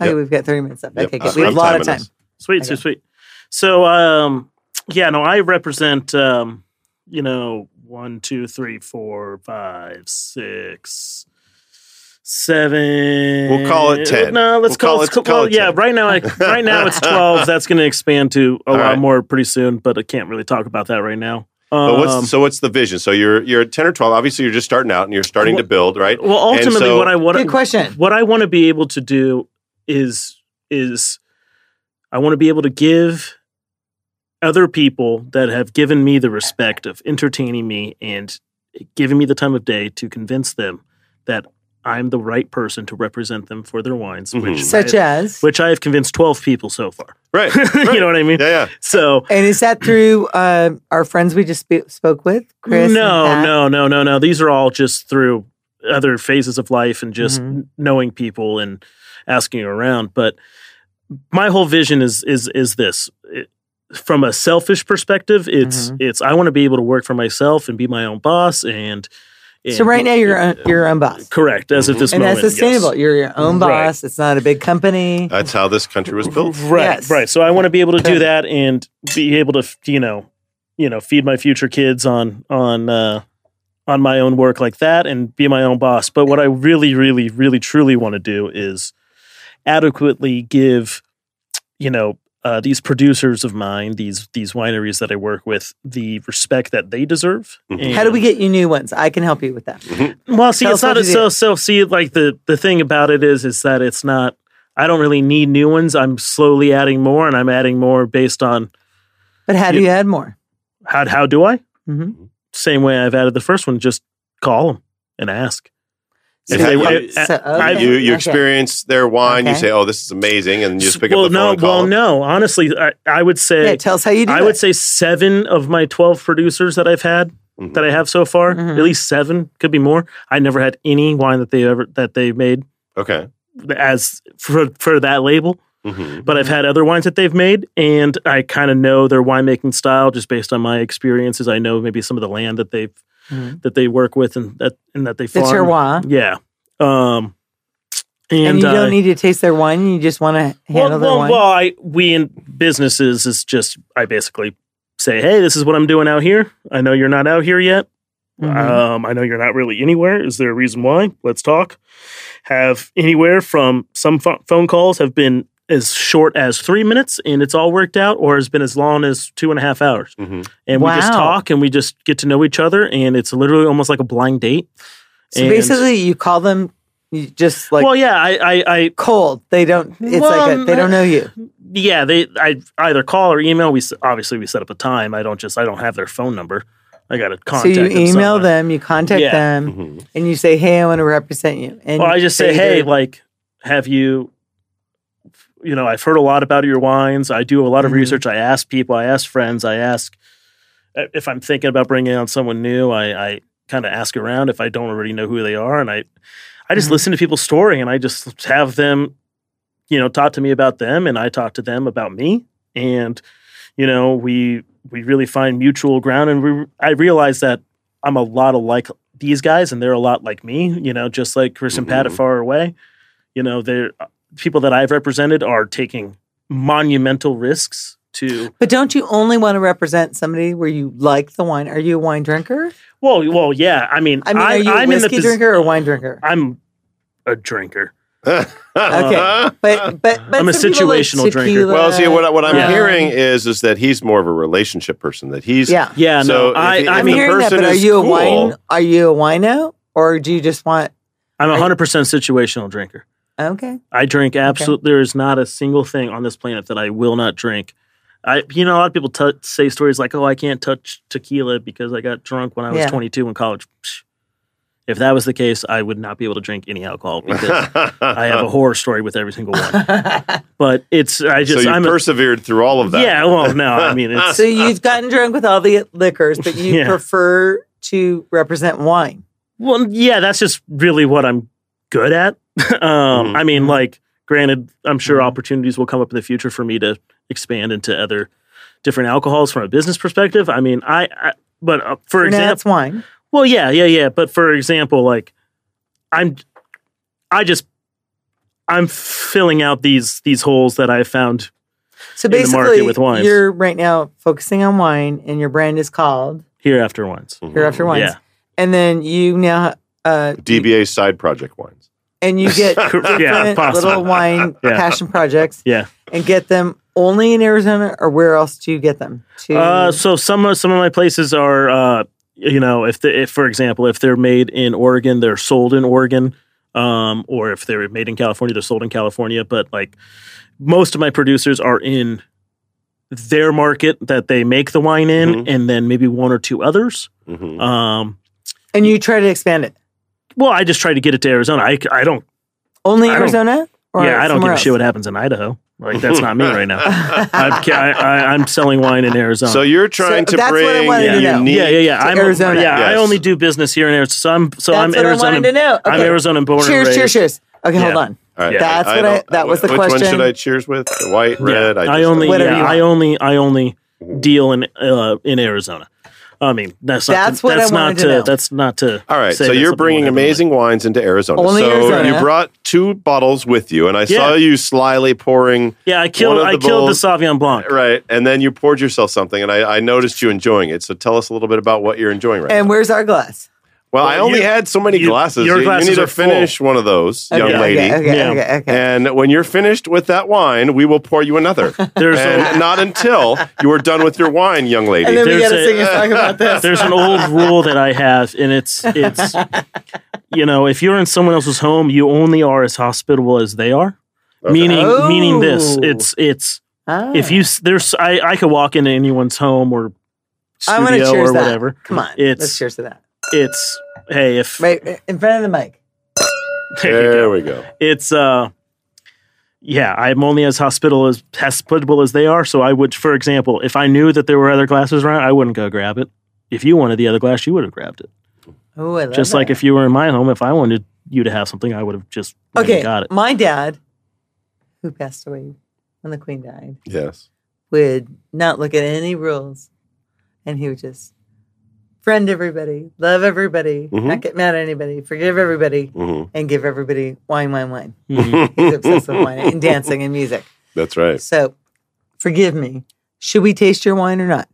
I Yep. think we've got thirty minutes left. Yep. Okay, Uh, good. We have I'm a lot of timing time. this. Sweet, Okay. sweet, sweet. So, um, yeah, no, I represent, um, you know, one, two, three, four, five, six, seven. We'll call it 10. No, let's We'll call, call let's it- ca- call well, it yeah. 10. Right now, I, right now it's twelve. That's going to expand to a All lot right. more pretty soon, but I can't really talk about that right now. But what's Um, so what's the vision? So you're you're at ten or twelve. Obviously, you're just starting out and you're starting to build, right? well, ultimately, so- what I want Good question. what I want to be able to do is is I want to be able to give other people that have given me the respect of entertaining me and giving me the time of day to convince them that I'm the right person to represent them for their wines, which Mhm. Such I, as, which I have convinced twelve people so far. Right. right. you know what I mean? Yeah, yeah. So and is that through uh, our friends we just sp- spoke with? Chris and no, Pat? no, no, no, no. These are all just through other phases of life and just Mhm. n- knowing people and asking around. But my whole vision is is is this. It- from a selfish perspective, it's Mm-hmm. it's I want to be able to work for myself and be my own boss. And, So right now you're your own, your own boss, correct as of this and moment, that's sustainable. yes. You're your own Right. Uh, boss. It's not a big company. That's how this country was built. Right, Yes. right. So I want to be able to do that and be able to, f- you know, you know, feed my future kids on on uh, on my own work like that and be my own boss. But what I really, really, really, truly want to do is adequately give, you know, uh, these producers of mine, these these wineries that I work with, the respect that they deserve. Mhm. How do we And- get you new ones? I can help you with that. well, see, Tell it's us what not you so so. See, like the the thing about it is, is that it's not. I don't really need new ones. I'm slowly adding more, and I'm adding more based on But how do Yeah. you add more? how how do I? hmm Same way I've added the first one. Just call them and ask. And If how- they- you- uh, So, okay, you you okay. experience their wine, you Okay. say, "Oh, this is amazing," and you just pick well, up the no, phone. and call well, them. no. Honestly, I, I would Yeah, say tell us how you do. I that. would say seven of my twelve producers that I've had Mhm. that I have so far, Mhm. at least seven, could be more. I never had any wine that they ever that they made Okay. as for for that label. hmm but I've had other wines that they've made, and I kind of know their winemaking style just based on my experiences. I know maybe some of the land that they've Mhm. that they work with and that and that they the farm. terroir, Yeah. Um, and, and, you I- don't need to taste their wine. You just want to well, handle their well, wine. well, I we in businesses is just I basically say, hey, this is what I'm doing out here. I know you're not out here yet. Mhm. Um, I know you're not really anywhere. Is there a reason why? Let's talk. Have anywhere from some pho- phone calls have been as short as three minutes and it's all worked out, or has been as long as two and a half hours. hmm And we just Wow. talk and we just get to know each other, and it's literally almost like a blind date. so and- basically, you call them. You just like well, yeah, I, I, I cold. They don't. It's like Well, a, they don't know you. yeah, they, I either call or email. We s- obviously we set up a time. I don't just, I don't have their phone number. I got to So contact. you them email somewhere. them, you contact Yeah. them, hmm and you say, "Hey, I want to represent you." And Well, I just say, they hey, either- like, have you, you know, I've heard a lot about your wines. I do a lot of Mhm. research. I ask people, I ask friends, I ask if I'm thinking about bringing on someone new. I, I kind of ask around if I don't already know who they are, and I, I just Mhm. listen to people's story, and I just have them, you know, talk to me about them, and I talk to them about me, and you know, we we really find mutual ground, and we I realize that I'm a lot alike these guys, and they're a lot like me. You know, just like Chris and Pat at Mm-hmm. Mhm. Far Away. You know, they're uh, people that I've represented are taking monumental risks to but don't you only want to represent somebody where you like the wine? Are you a wine drinker? Well, well, yeah. I mean, I mean, are you I, a am in the whiskey posi- drinker or wine drinker? I'm a drinker. Okay, But but, but I'm a some people like situational drinker. tequila, Uh, well, see what I- what I'm rum. hearing is is that he's more of a relationship person. That he's Yeah, Yeah, So no. if it- I, I if I'm mean, it- hearing that. person But are is you a cool- wine? Are you a wino, or do you just want? I'm a hundred percent situational drinker. Okay, I drink absolutely. There is not a single thing on this planet that I will not drink. I, you know, a lot of people t- say stories like, "Oh, I can't touch tequila because I got drunk when I was Yeah. 22 in college." Psh. If that was the case, I would not be able to drink any alcohol because I have a horror story with every single one. But it's I just so you I'm a- persevered through all of that. yeah. Well, no, I mean it's so you've gotten drunk with all the liquors, but you Yeah. prefer to represent wine. Well, yeah, that's just really what I'm good at. um, Mhm. I mean, like, granted, I'm sure Mhm. opportunities will come up in the future for me to expand into other different alcohols from a business perspective. I mean, I, I but uh, for, For now, example, it's wine. well, yeah, yeah, yeah. But for example, like, I'm, I just, I'm filling out these these holes that I found. So in the market basically, with wines. you're right now focusing on wine, and your brand is called Hereafter wines. Mhm. Hereafter Wines. Yeah. And then you now, uh, DBA side project wines. and you get Yeah, different possible. little wine Yeah. passion projects. Yeah. and get them only in Arizona, or where else do you get them? To Uh, so some of some of my places are, uh, you know, if the if for example, if they're made in Oregon, they're sold in Oregon, um, or if they're made in California, they're sold in California. But like most of my producers are in their market that they make the wine in, Mm-hmm. Mhm. and then maybe one or two others. Mhm. Um, and you try to expand it well, I just try to get it to Arizona. I, c- I don't. only I don't- Arizona. Or yeah, I don't give somewhere a shit else? what happens in Idaho. Like that's not me right now. I'm, ca- I, I, I'm selling wine in Arizona. So you're trying So to that's what I bring wanted to know. unique. yeah, yeah, yeah. to I'm Arizona. Yeah, I Yes. only do business here in Arizona. So I'm so That's I'm what I wanted to Arizona. know. I'm Okay. Arizona born cheers, and raised. cheers, cheers. Okay, Yeah. hold on. All right. That's what don't- I- that was the which question. Which one should I cheers with? White, Yeah. red. I, just- only Whatever yeah, you I want. only I only deal in uh, in Arizona. I mean that's not That's to, what that's I wanted not to know. that's not to All right, say so that's you're something bringing I don't amazing wines into Arizona. Only so Arizona. you brought two bottles with you, and I Yeah. saw you slyly pouring. like. Yeah, I killed One of I the killed the bowls- Sauvignon Blanc. Right, and then you poured yourself something, and I, I noticed you enjoying it. So tell us a little bit about what you're enjoying right And now. where's our glass? Well, I Well, only you- had so many you- glasses. your You- you glasses need to are full. finish one of those, young okay, lady. Okay, okay, Yeah. okay, okay. And when you're finished with that wine, we will pour you another. There's and a, not until you are done with your wine, young lady. And then we there's gotta a- sing a song about this. there's an old rule that I have, and it's it's you know if you're in someone else's home, you only are as hospitable as they are. Okay. Meaning meaning this Oh. it's it's Ah. if you s- there's I I could walk into anyone's home or I wanna studio cheers or that. whatever. come on, it's- let's cheers to that. It's hey if Right in front of the mic. there you there go. we go. it's uh yeah i'm only as hospitable as hospitable as they are so i would for example if i knew that there were other glasses around i wouldn't go grab it if you wanted the other glass you would have grabbed it Oh, I love just like that. if you were in my home if i wanted you to have something i would have just went and okay, got it my dad, who passed away when the Queen died, Yes. would not look at any rules, and he would just friend everybody, love everybody, Mm-hmm. not get mad at anybody, forgive everybody, Mhm. and give everybody wine, wine, wine. Mm-hmm. Mhm. He's obsessed with wine and dancing and music. That's right. So, forgive me. Should we taste your wine or not?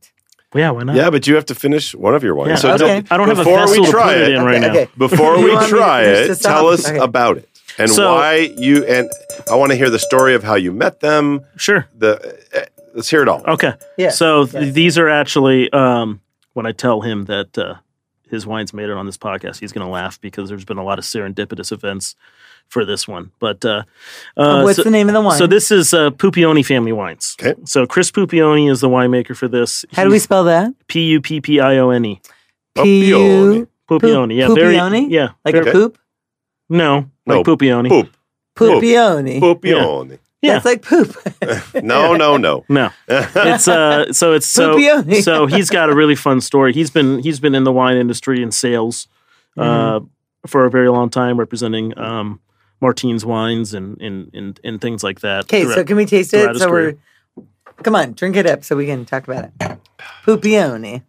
yeah why not Yeah, but you have to finish one of your wines. Yeah, so okay. don't- i don't have a before vessel we to try put it in right now Before You we want me to try finish it, this tell off? us Okay. about it and So- why you and I want to hear the story of how you met them. sure The uh, let's hear it all. okay Yeah. so th- yes. these are actually um, when I tell him that uh, his wine's made it on this podcast, he's going to laugh because there's been a lot of serendipitous events for this one. But uh, uh, What's so, Oh, the name of the wine? so this is uh, Pupioni Family Wines. Okay. So Chris Pupioni is the winemaker for this. How do we spell that? P U P P I O N E. P U Pupioni. Yeah. very- Pupioni? yeah. like very- a poop. no. No, Like Pupioni. Poop. Poop. Pupioni. Poopione. Yeah. That's like poop. No, no, no. no. It's uh. So it's so. Pupioni. so he's got a really fun story. He's been he's been in the wine industry and sales uh, Mm-hmm. for a very long time, representing um, Martine's wines and and, and and things like that. Okay, so throughout- can we taste throughout it? his So we're come on, drink it up so we can talk about it. Pupioni.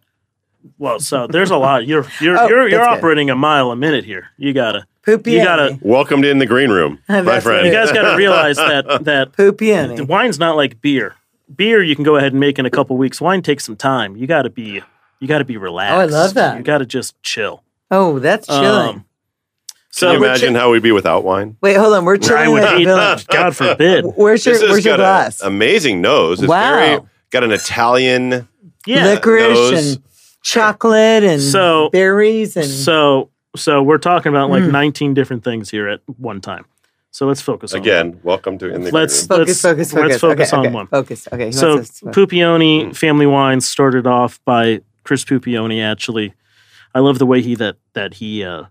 well, so there's a lot. You're you're Oh, you're, you're that's good. operating a mile a minute here. You gotta Pupioni. You gotta- Welcome to in the green room, That's my what friend. it you guys gotta realize that that the Pupioni. wine's not like beer. Beer you can go ahead and make in a couple weeks. Wine takes some time. You gotta be you gotta be relaxed. Oh, that. You gotta just chill. Oh, that's chilling. Um, Can you so imagine how we'd be without wine? Wait, hold on. We're I chilling would that hate villain. that. God forbid. Where's your This has Where's your got a glass? amazing nose. It's Wow. very got an Italian. Yeah. Licorice those- and chocolate and So- berries and So so we're talking about like Hmm. 19 different things here at one time. So let's focus on Again, welcome to in the Let's- green room. focus, focus, focus. let's focus okay, on okay, one. Focus. Okay. who So wants to- Pupioni Hmm. Family Wines started off by Chris Pupioni actually. I love the way he that that he uh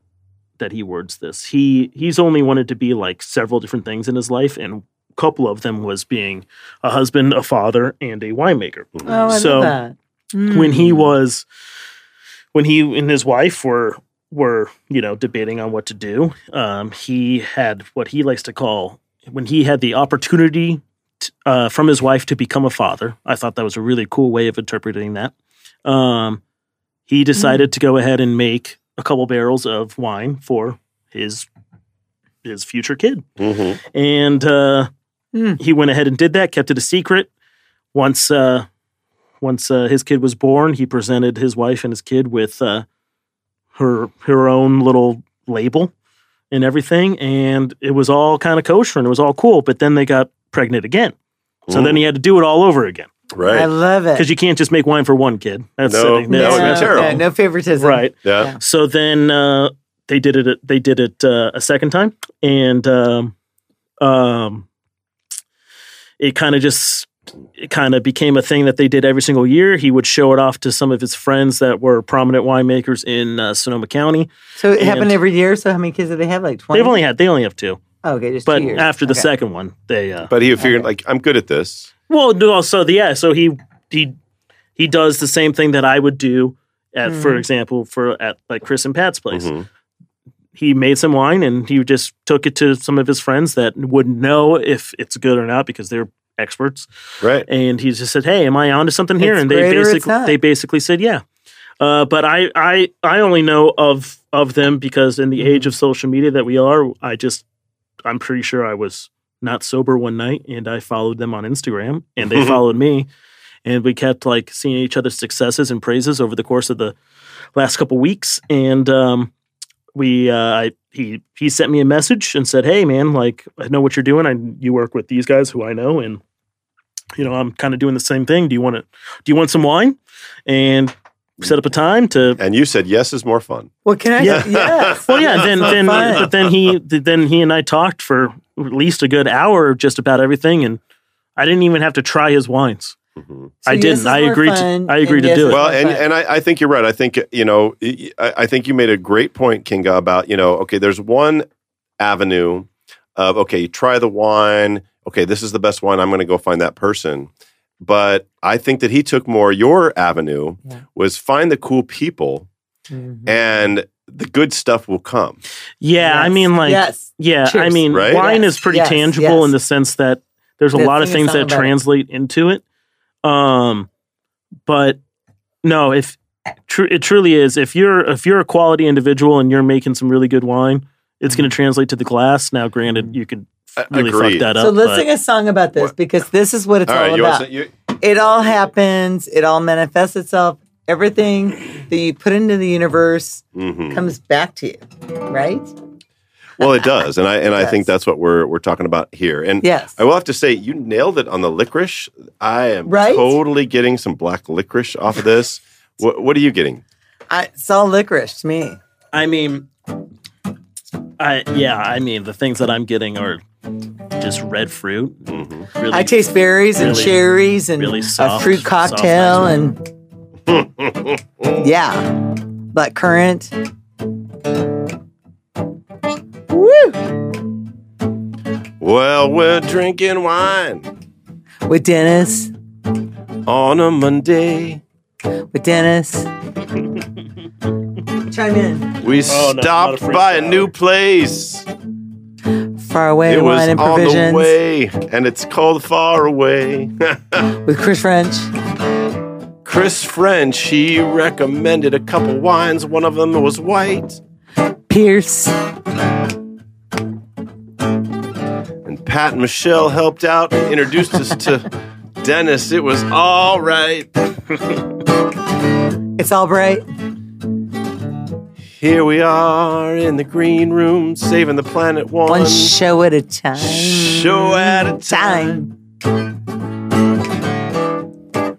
that he words this. He he's only wanted to be like several different things in his life and a couple of them was being a husband, a father, and a winemaker. oh, I so love that. when he Mm. was when he and his wife were were you know debating on what to do um, he had what he likes to call when he had the opportunity t- uh, from his wife to become a father i thought that was a really cool way of interpreting that um, he decided to go ahead and make a couple barrels of wine for his his future kid Mhm. and uh, Hmm. he went ahead and did that, kept it a secret. Once, uh, once uh, his kid was born, he presented his wife and his kid with uh, her her own little label, and everything, and it was all kind of kosher and it was all cool. But then they got pregnant again, so Ooh. then he had to do it all over again I Mm-hmm. Right. love it. because you can't just make wine for one kid. That's No, I think no, that's- would be no, terrible. yeah, no favoritism. right. Yeah. So then uh, they did it. They did it uh, a second time, and um, um, it kind of just it kind of became a thing that they did every single year. He would show it off to some of his friends that were prominent winemakers in uh, Sonoma County. So it happened And- every year. So how many kids do they have? Like 20? They've only had they only have two, oh, okay, just but two years. after the Okay. second one, they uh, But he figured, like, I'm good at this. Well, no, so the yeah, so he he he does the same thing that I would do at, for Mhm. example, for at like Chris and Pat's place. Mhm. He made some wine and he just took it to some of his friends that would know if it's good or not because they're experts. Right. And he just said, "Hey, am I onto something here?" It's and they great or it's basically not. they basically said, "Yeah." Uh, but I, I I only know of of them because in the age of social media that we are, I just I'm pretty sure I was not sober one night and I followed them on Instagram and they followed me and we kept like seeing each other's successes and praises over the course of the last couple weeks and um we uh I, he he sent me a message and said hey man like I know what you're doing I you work with these guys who I know and you know I'm kind of doing the same thing do you want to do you want some wine and set up a time to And you said yes is more fun. Well, can I? Yeah. Yes. well, yeah. Then, So then, fun. but then he, then he and I talked for at least a good hour just about everything, and I didn't even have to try his wines. Mhm. So I yes didn't. is I more agreed. fun, to, I and agreed to yes do is it. Well, my and, thought. and I, I think you're right. I think you know, I, I think you made a great point, Kinga, about you know, okay, there's one avenue of okay, you try the wine. Okay, this is the best wine. I'm going to go find that person. But I think that he took more your avenue Yeah. was find the cool people Mhm. and the good stuff will come. yeah, I Yes. mean, like, yes. yeah, I Cheers. mean, Right? wine Yes, is pretty yes, tangible yes. in the sense that there's a The lot of thing is things something that about it. translate into it. Um, but no, if tru- it truly is, if you're if you're a quality individual and you're making some really good wine, it's Mm-hmm. going to translate to the glass. Now, granted, you could. A- Really agreed. fuck that up. So let's but- sing a song about this What? because this is what it's all, you about. want to- you- it all happens. It all manifests itself. Everything that you put into the universe Mhm. comes back to you, right? well, it does, and I and I think Yes. that's what we're we're talking about here. And Yes. I will have to say, you nailed it on the licorice. I am Right? totally getting some black licorice off of this. what, what are you getting? I, it's all licorice to me. I mean, I yeah, I mean the things that I'm getting are just red fruit. Mm-hmm. Really, I taste berries and really- cherries and really a soft- fruit soft cocktail and yeah, black currant. Woo! Well, we're drinking wine With Dennis, on a Monday. with Dennis. Chime in. We Oh, no, not a stopped fruit by a salad. new place. Far away it was wine and on the provisions way, and it's called Far Away. with Chris French. Chris French, he recommended a couple wines. One of them was white, Pierce, and Pat and Michelle helped out and introduced us to Dennis. It was all right. it's all bright. Here we are in the green room, saving the planet one, One show at a time. show at a time. time.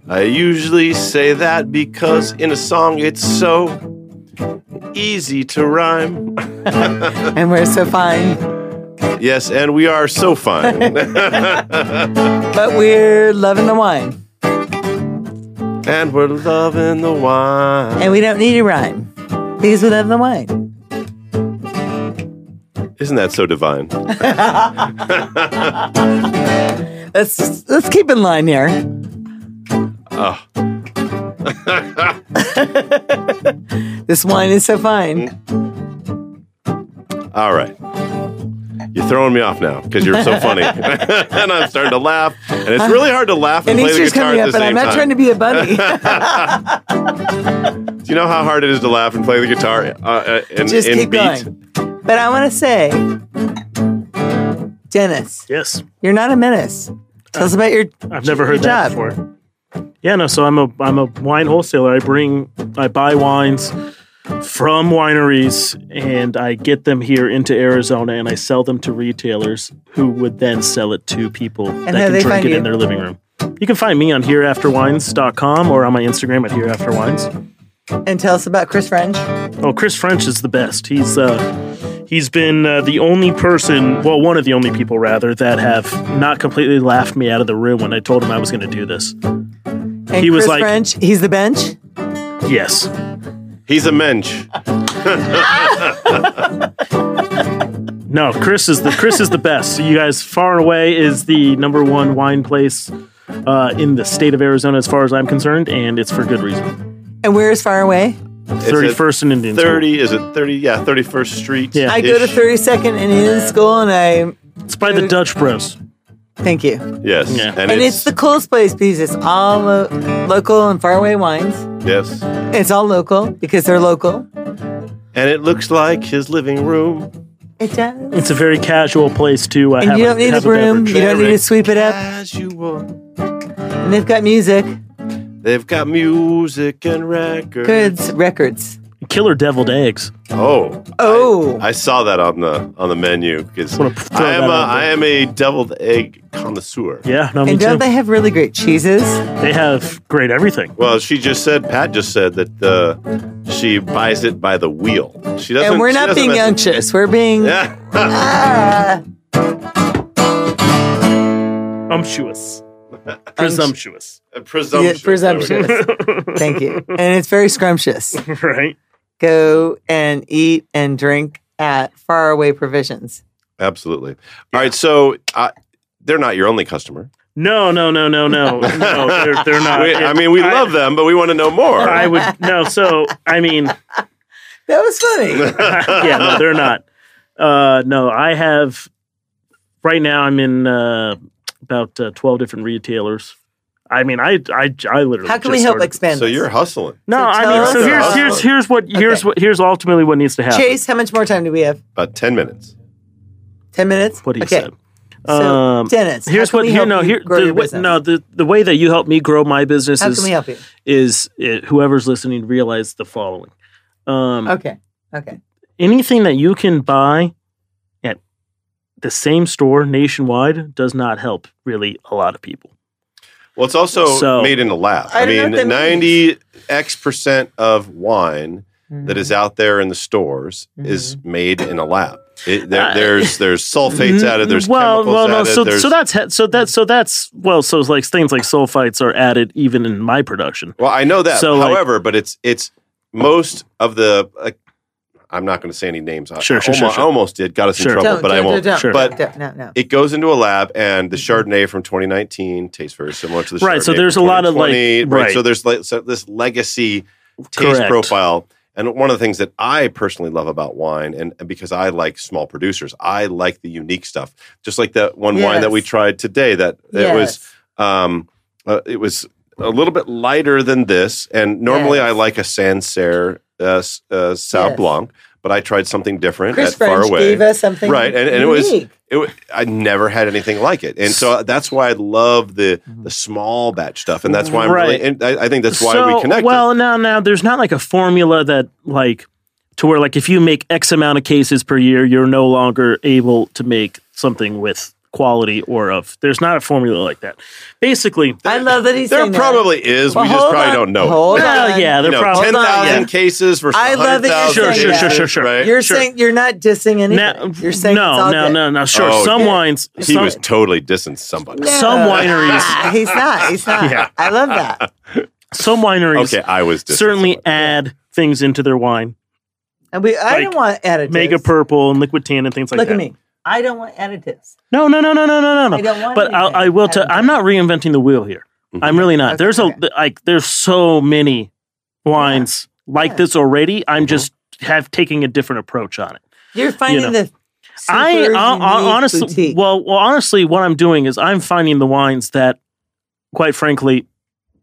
I usually say that because in a song it's so easy to rhyme. And we're so fine. Yes, and we are so fine. But we're loving the wine. and we're loving the wine. And we don't need a rhyme. Because we love the wine. Isn't that so divine? Let's let's keep in line here. Ah. This wine is so Mm-hmm. fine. All right. You're throwing me off now because you're so funny. and I'm starting to laugh. And it's really hard to laugh And and, play the Easter's guitar coming at up, the and I'm same not trying time. to be a bunny. Do you know how hard it is to laugh and play the guitar uh, uh, in, Just in keep beat? going. But I want to say, Dennis, yes, you're not a menace. Tell us about your. I've never heard Good that job. before. Yeah, no. So I'm a I'm a wine wholesaler. I bring I buy wines from wineries and I get them here into Arizona and I sell them to retailers who would then sell it to people that how can they drink find it in you? their living room. You can find me on hereafterwines.com or on my Instagram at hereafterwines. And tell us about Chris French. Oh, Chris French is the best. He's uh, he's been uh, the only person, well, one of the only people rather, that have not completely laughed me out of the room when I told him I was going to do this. And He was Chris like- French, he's the bench. Yes, He's a mensch. no, Chris is the Chris is the best. You guys, far and away is the number one wine place uh, in the state of Arizona, as far as I'm concerned, and it's for good reason. And where is far away? It's at Thirty first and Indian. School. Thirty is it thirty? Yeah, thirty first Street. Yeah. I go to 32nd and in school, and I It's by the Dutch Bros. thank you. Yes, Yeah. And and, it's, it's, the coolest place because it's all lo- local and far away wines. yes, and It's all local because they're local. it looks like his living room. It does. It's a very casual place to uh, and have. you a- don't need a have broom. beverage. You don't need Very to sweep it up. Casual. And they've got music, They've got music and records. goods, records. Killer deviled eggs. Oh, Oh, I saw that on the on the menu because Wanna throw I am that a, out I there. am a deviled egg connoisseur. Yeah, no, Oh, me and too. don't they have really great cheeses? They have great everything. Well, she just said Pat just said that uh, she buys it by the wheel. She doesn't. And we're she not doesn't being mess- unctuous. We're being. Yeah. Ah. Umptuous. Presumptuous. presumptuous. Yeah, presumptuous. There we Thank you. And it's very scrumptious. right? Go and eat and drink at Faraway Provisions. go. Absolutely. All right. So uh, they're not your only customer. No, no, no, no, no. No, they're, they're not. We- I mean, we I- love them, but we want to know more. I would no. So I mean, That was funny. yeah, no, they're not. Uh, no, I have. Right now, I'm in uh, about uh, twelve different retailers. I mean, I, I, I literally. How can just we help started- expand? so this? you're hustling No, So I tell mean, us so here's about- here's here's what here's Okay. what here's ultimately what needs to happen. Chase. How much more time do we have? about ten minutes. Ten minutes. What he said. So Um, tenants. how Here's can what we here help no you here grow the, your what- business? no the the way that you help me grow my business How is can we help you? is it, whoever's listening realize the following. Um, Okay. Okay. Anything that you can buy at the same store nationwide does not help really a lot of people. Well, it's also So- made in a lab. I I, don't know what mean, that means. ninety x percent of wine that is Mm-hmm. out there in the stores is made in a lab. It, there, Uh, there's there's sulfates Mm, added. There's chemicals added. So, there's, so that's he- so that so that's well, so it's like things like sulfites are added even in my production. Well, I know that. So, like- However, but it's it's most of the. Uh, I'm not going to say any names. I- Sure, I sure, almo- sure, sure. I almost did. Got us in Sure. trouble, Don't, but don't, I won't. Don't, Sure. But But- don't, no, no. It goes into a lab, and the Chardonnay from 2019 tastes very similar to the Mm-hmm. Right, so Chardonnay there's from a lot of, like- 2020, right. So there's like so this legacy taste Correct. profile. And one of the things that I personally love about wine, and, and because I like small producers, I like the unique stuff. Just like that one wine that we Yes. tried today, that it was um, uh, it was a little bit lighter than this. And normally Yes. I like a Sancerre uh, s- uh, Sauv Yes. Blanc, but I tried something different Chris at Far French Away. gave us something Right, and- and it was- unique. It wa- I never had anything like it, and so that's why I love the the small batch stuff, and that's why I'm Right. really. And I, I think that's why we connected. Well, now now there's not like a formula that like to where like if you make X amount of cases per year, you're no longer able to make something with quality or of. There's not a formula like that. Basically, I love that he's there saying that. probably is. Well, we just hold probably on. don't know. it. Hold well, on. yeah, you they're know, probably ten thousand yeah. cases versus I love that you're saying 100,000 cases, that. Sure, sure, sure, sure. Right? You're Sure. saying you're not dissing anything. now, you're saying no, it's all no, good. no, no. Sure, Oh, some yeah. wines. He some- was totally dissing somebody. No. Ah, Some wineries- he's not. He's not. Yeah. I love that. some wineries Okay, I was dissing certainly somebody. add things into their wine, And we. I Like, don't want additives. mega purple and liquid tan and things like Look that. at me. I don't want additives. No, no, no, no, no, no, no, I no. don't want. But anything I, I will tell. additives. I'm not reinventing the wheel here. Mhm. I'm really not. Okay, there's okay. a like there's so many wines like Yeah. this already. I'm Mhm. just have taking a different approach on it. You're finding the. Super I hon- hon- unique honestly, boutique. well, well, honestly, what I'm doing is I'm finding the wines that, quite frankly,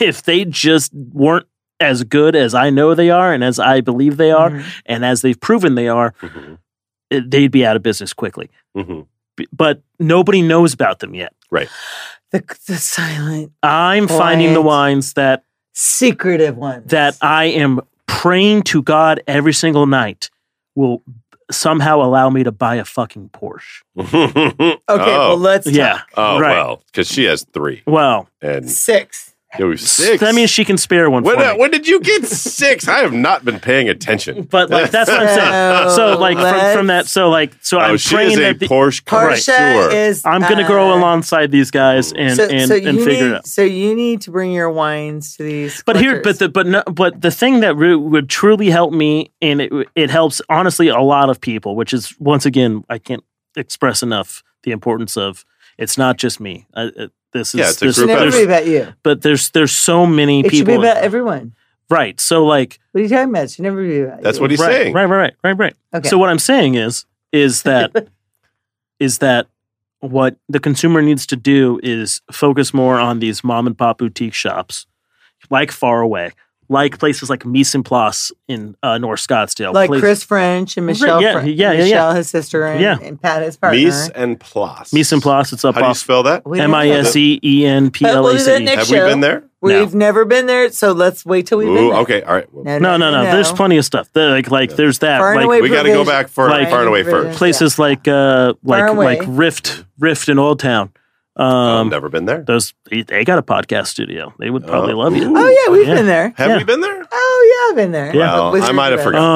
if they just weren't as good as I know they are, and as I believe they are, Mhm. and as they've proven they are, Mhm. it, they'd be out of business quickly. Mhm. B- But nobody knows about them yet. the, the silent, I'm finding the Quiet. wines that secretive ones. that I am praying to God every single night will somehow allow me to buy a fucking Porsche. okay, Okay, well, let's. Yeah. mm-hmm. oh right. well, because she has three Well, and Six. it was six. that means she can spare one when, for me. when did you get six? I have not been paying attention. But like that's what I'm saying. So Oh, like from, let's- from that, so like so oh, I'm she is praying a that the, Porsche Parsha connoisseur. is. I'm gonna uh, grow alongside these guys and so, and, so you and figure need, it out. So you need to bring your wines to these. But here, but collectors. the but no, but the thing that re- would truly help me, and it it helps honestly a lot of people, which is once again I can't express enough the importance of it's not just me. I, uh, this is Yeah, it's a this, group it should effort. never be there's, about you. but there's there's so many It should people be about everyone. right. So like What are you talking about? It should never be about That's you. what he's right, saying. right, right, right, right, right. Okay. So what I'm saying is is that is that what the consumer needs to do is focus more on these mom and pop boutique shops, like Far Away, like places like Mise en Place in uh, North Scottsdale, like place- Chris French and Right, Michelle, yeah, Fren- yeah, yeah, yeah. Michelle, his sister, and, Yeah. and Pat, his partner. Mise and Place. Mise en Place. It's up How do you off spell that? We don't M know. I S E E N P But L we'll do A C that E. next Have we show. been there? We've never been there, so let's wait till we've been Ooh, there. okay, all right. Well, No, no, no. There's plenty of stuff. There, like, like there's that. Far and like away we got to go provision- back far, Like- far and away first. places like uh like away. like Rift Rift in Old Town. I've Um, Oh, never been there. those they, they got a podcast studio. They would probably Oh. love you. Ooh. Oh yeah, we've Yeah. been there. Have yeah. we been there? Oh yeah, I've been there. Yeah. Well, With I Wizards might of have Oz. forgotten.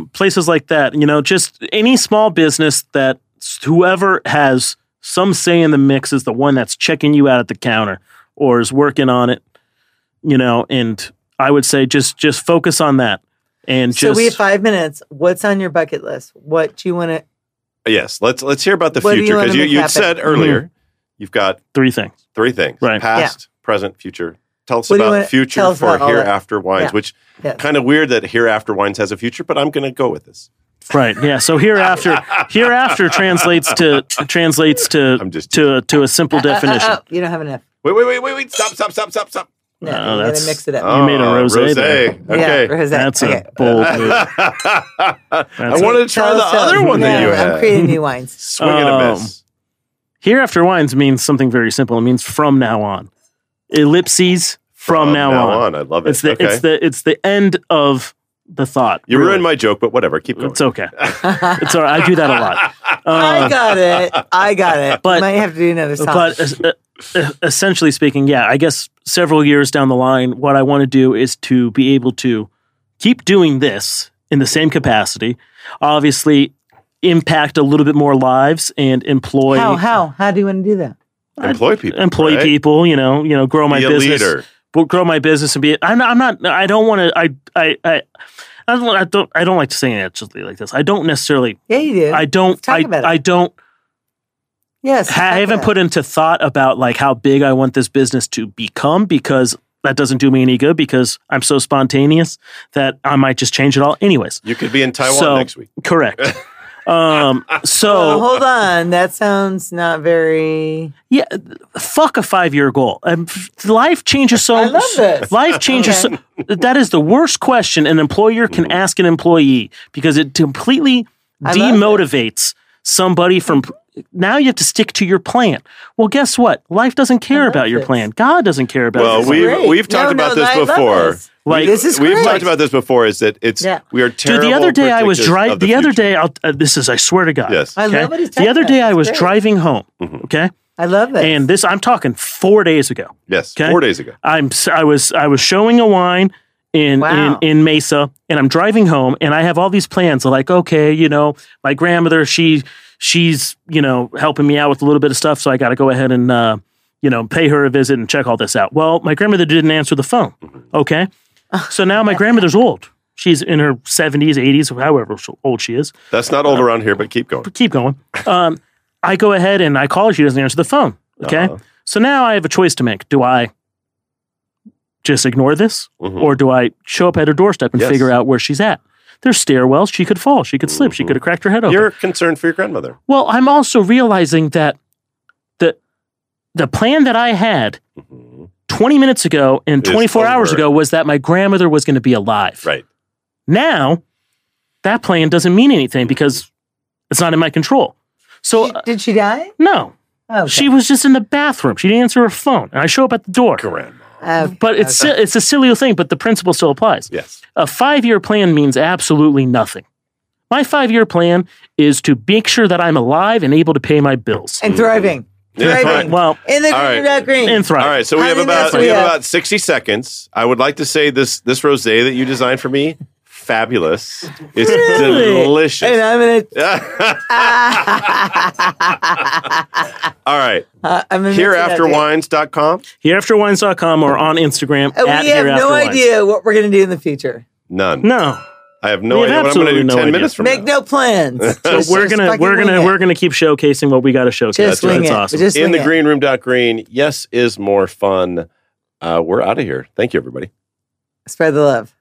um, places like that. You know, just any small business that s- whoever has some say in the mix is the one that's checking you out at the counter or is working on it. You know, and I would say just just focus on that and So Um, just we have five minutes. What's on your bucket list? What do you want to? Yes, let's let's hear about the What do you future wanna because you, make you happen? said earlier you've got three things. three things: Mm-hmm. Right. past, present, future. Tell us What do you about wanna- future tell us for about all that. hereafter wines, Yeah. Uh, which Uh, Yes. kind of weird that hereafter wines has a future, but I'm going to go with this. Right. Yeah. So hereafter hereafter translates to translates to I'm just to to a simple Uh, uh, uh, definition. uh, you don't have enough. wait, wait, wait, wait, wait! Stop, stop, stop, stop, stop! No, Oh, you that's- gotta mix it up. Oh, made a rosé there. Okay. Yeah, or is that- That's okay. a bold move. I a- wanted to try Tell the us, tell other us. one that No, you I'm had. creating new wines. Swing and Um, a miss. Hereafter wines means something very simple. It means from now on. Ellipses from, now, on. I love it. It's the okay. it's the it's the end of the thought. you really. ruined my joke, but whatever. Keep going. It's okay. I It's all right. I do that a lot. Uh, got it. I got it. But- might have to do another song. but es- uh, essentially speaking, yeah, I guess several years down the line, what I want to do is to be able to keep doing this in the same capacity. Obviously, impact a little bit more lives and employ how how how do you want to do that? employ people. employ right? people. You know, you know, grow my Be a business. leader. will grow my business and be. I'm not. I'm not I don't want to. I. I. I. I don't, I don't. I don't like to say it actually like this. I don't necessarily. Yeah, you do. I don't. Talk I. about it. I don't. yes, I haven't put into thought about like how big I want this business to become because that doesn't do me any good because I'm so spontaneous that I might just change it all. Anyways, You could be in Taiwan So- next week. correct. um. Well, So hold on. That sounds not very. yeah, fuck a five year goal. Um, f- life changes so. I love this. Life changes. Okay. Mm. So, that is the worst question an employer can ask an employee because it completely I love it. demotivates somebody from. Now you have to stick to your plan. Well, guess what? Life doesn't care love about your this. plan. God doesn't care about. Well, your plan. We've- Great. we've talked No, about no, this I love before. This. Like- this is We've great. talked about this before. Is that it's Yeah. we are terrible. Dude, the other day I was predictors driving. of The, The, other future. day, I'll, uh, this is I swear to God. Yes. Mm-hmm. I okay? love what he's talking The other about. day I It's was great. driving home. Okay, I love this. and this I'm talking four days ago. Yes, Okay. four days ago. I'm s- I was I was showing a wine in Wow. in in Mesa, and I'm driving home, and I have all these plans. Like, okay, you know, my grandmother, she she's you know helping me out with a little bit of stuff, so I got to go ahead and uh, you know pay her a visit and check all this out. Well, my grandmother didn't answer the phone. Okay, so now my grandmother's old. She's in her 70s, 80s, however old she is That's not Uh, old around here, but keep going. keep going. Um, I go ahead and I call her. She doesn't answer the phone. Okay. Uh-huh. So now I have a choice to make. Do I just ignore this Mhm. or do I show up at her doorstep and Yes. figure out where she's at? There's stairwells. She could fall. She could slip. She Mhm. could have cracked her head open. You're concerned for your grandmother. well, I'm also realizing that the, the plan that I had Mhm. 20 minutes ago and Is 24 hours over. ago was that my grandmother was going to be alive. Right. Now, that plan doesn't mean anything because it's not in my control. So, She- uh, did she die? no, Oh, okay. she was just in the bathroom. She didn't answer her phone. And I show up at the door. Grandma. Okay, But it's okay. si- it's a silly thing, but the principle still applies. Yes. A five year plan means absolutely nothing. My five year plan is to make sure that I'm alive and able to pay my bills. and thriving Yeah, Thriving. Well, in the green All right. without green. and thrive. All right, so we I have think that's about what we we have have. about sixty seconds. I would like to say this this rosé that you designed for me, fabulous. It's Really? uh, and delicious. I'm gonna. ah. All right, Uh, I'm gonna hereafterwines.com. Hereafterwines.com or on Instagram And at Uh, we have no hereafterwines. idea what we're gonna do in the future. None. No, I have no idea what I'm going We have to do absolutely no ten idea. minutes from Make now. no plans. so Just- we're just gonna fucking we're gonna wing it. we're gonna keep showcasing what we got to showcase. just That's right. wing That's it. awesome. Just In wing the it. green room. dot Green. Yes is more fun. Uh, we're out of here. Thank you, everybody. Spread the love.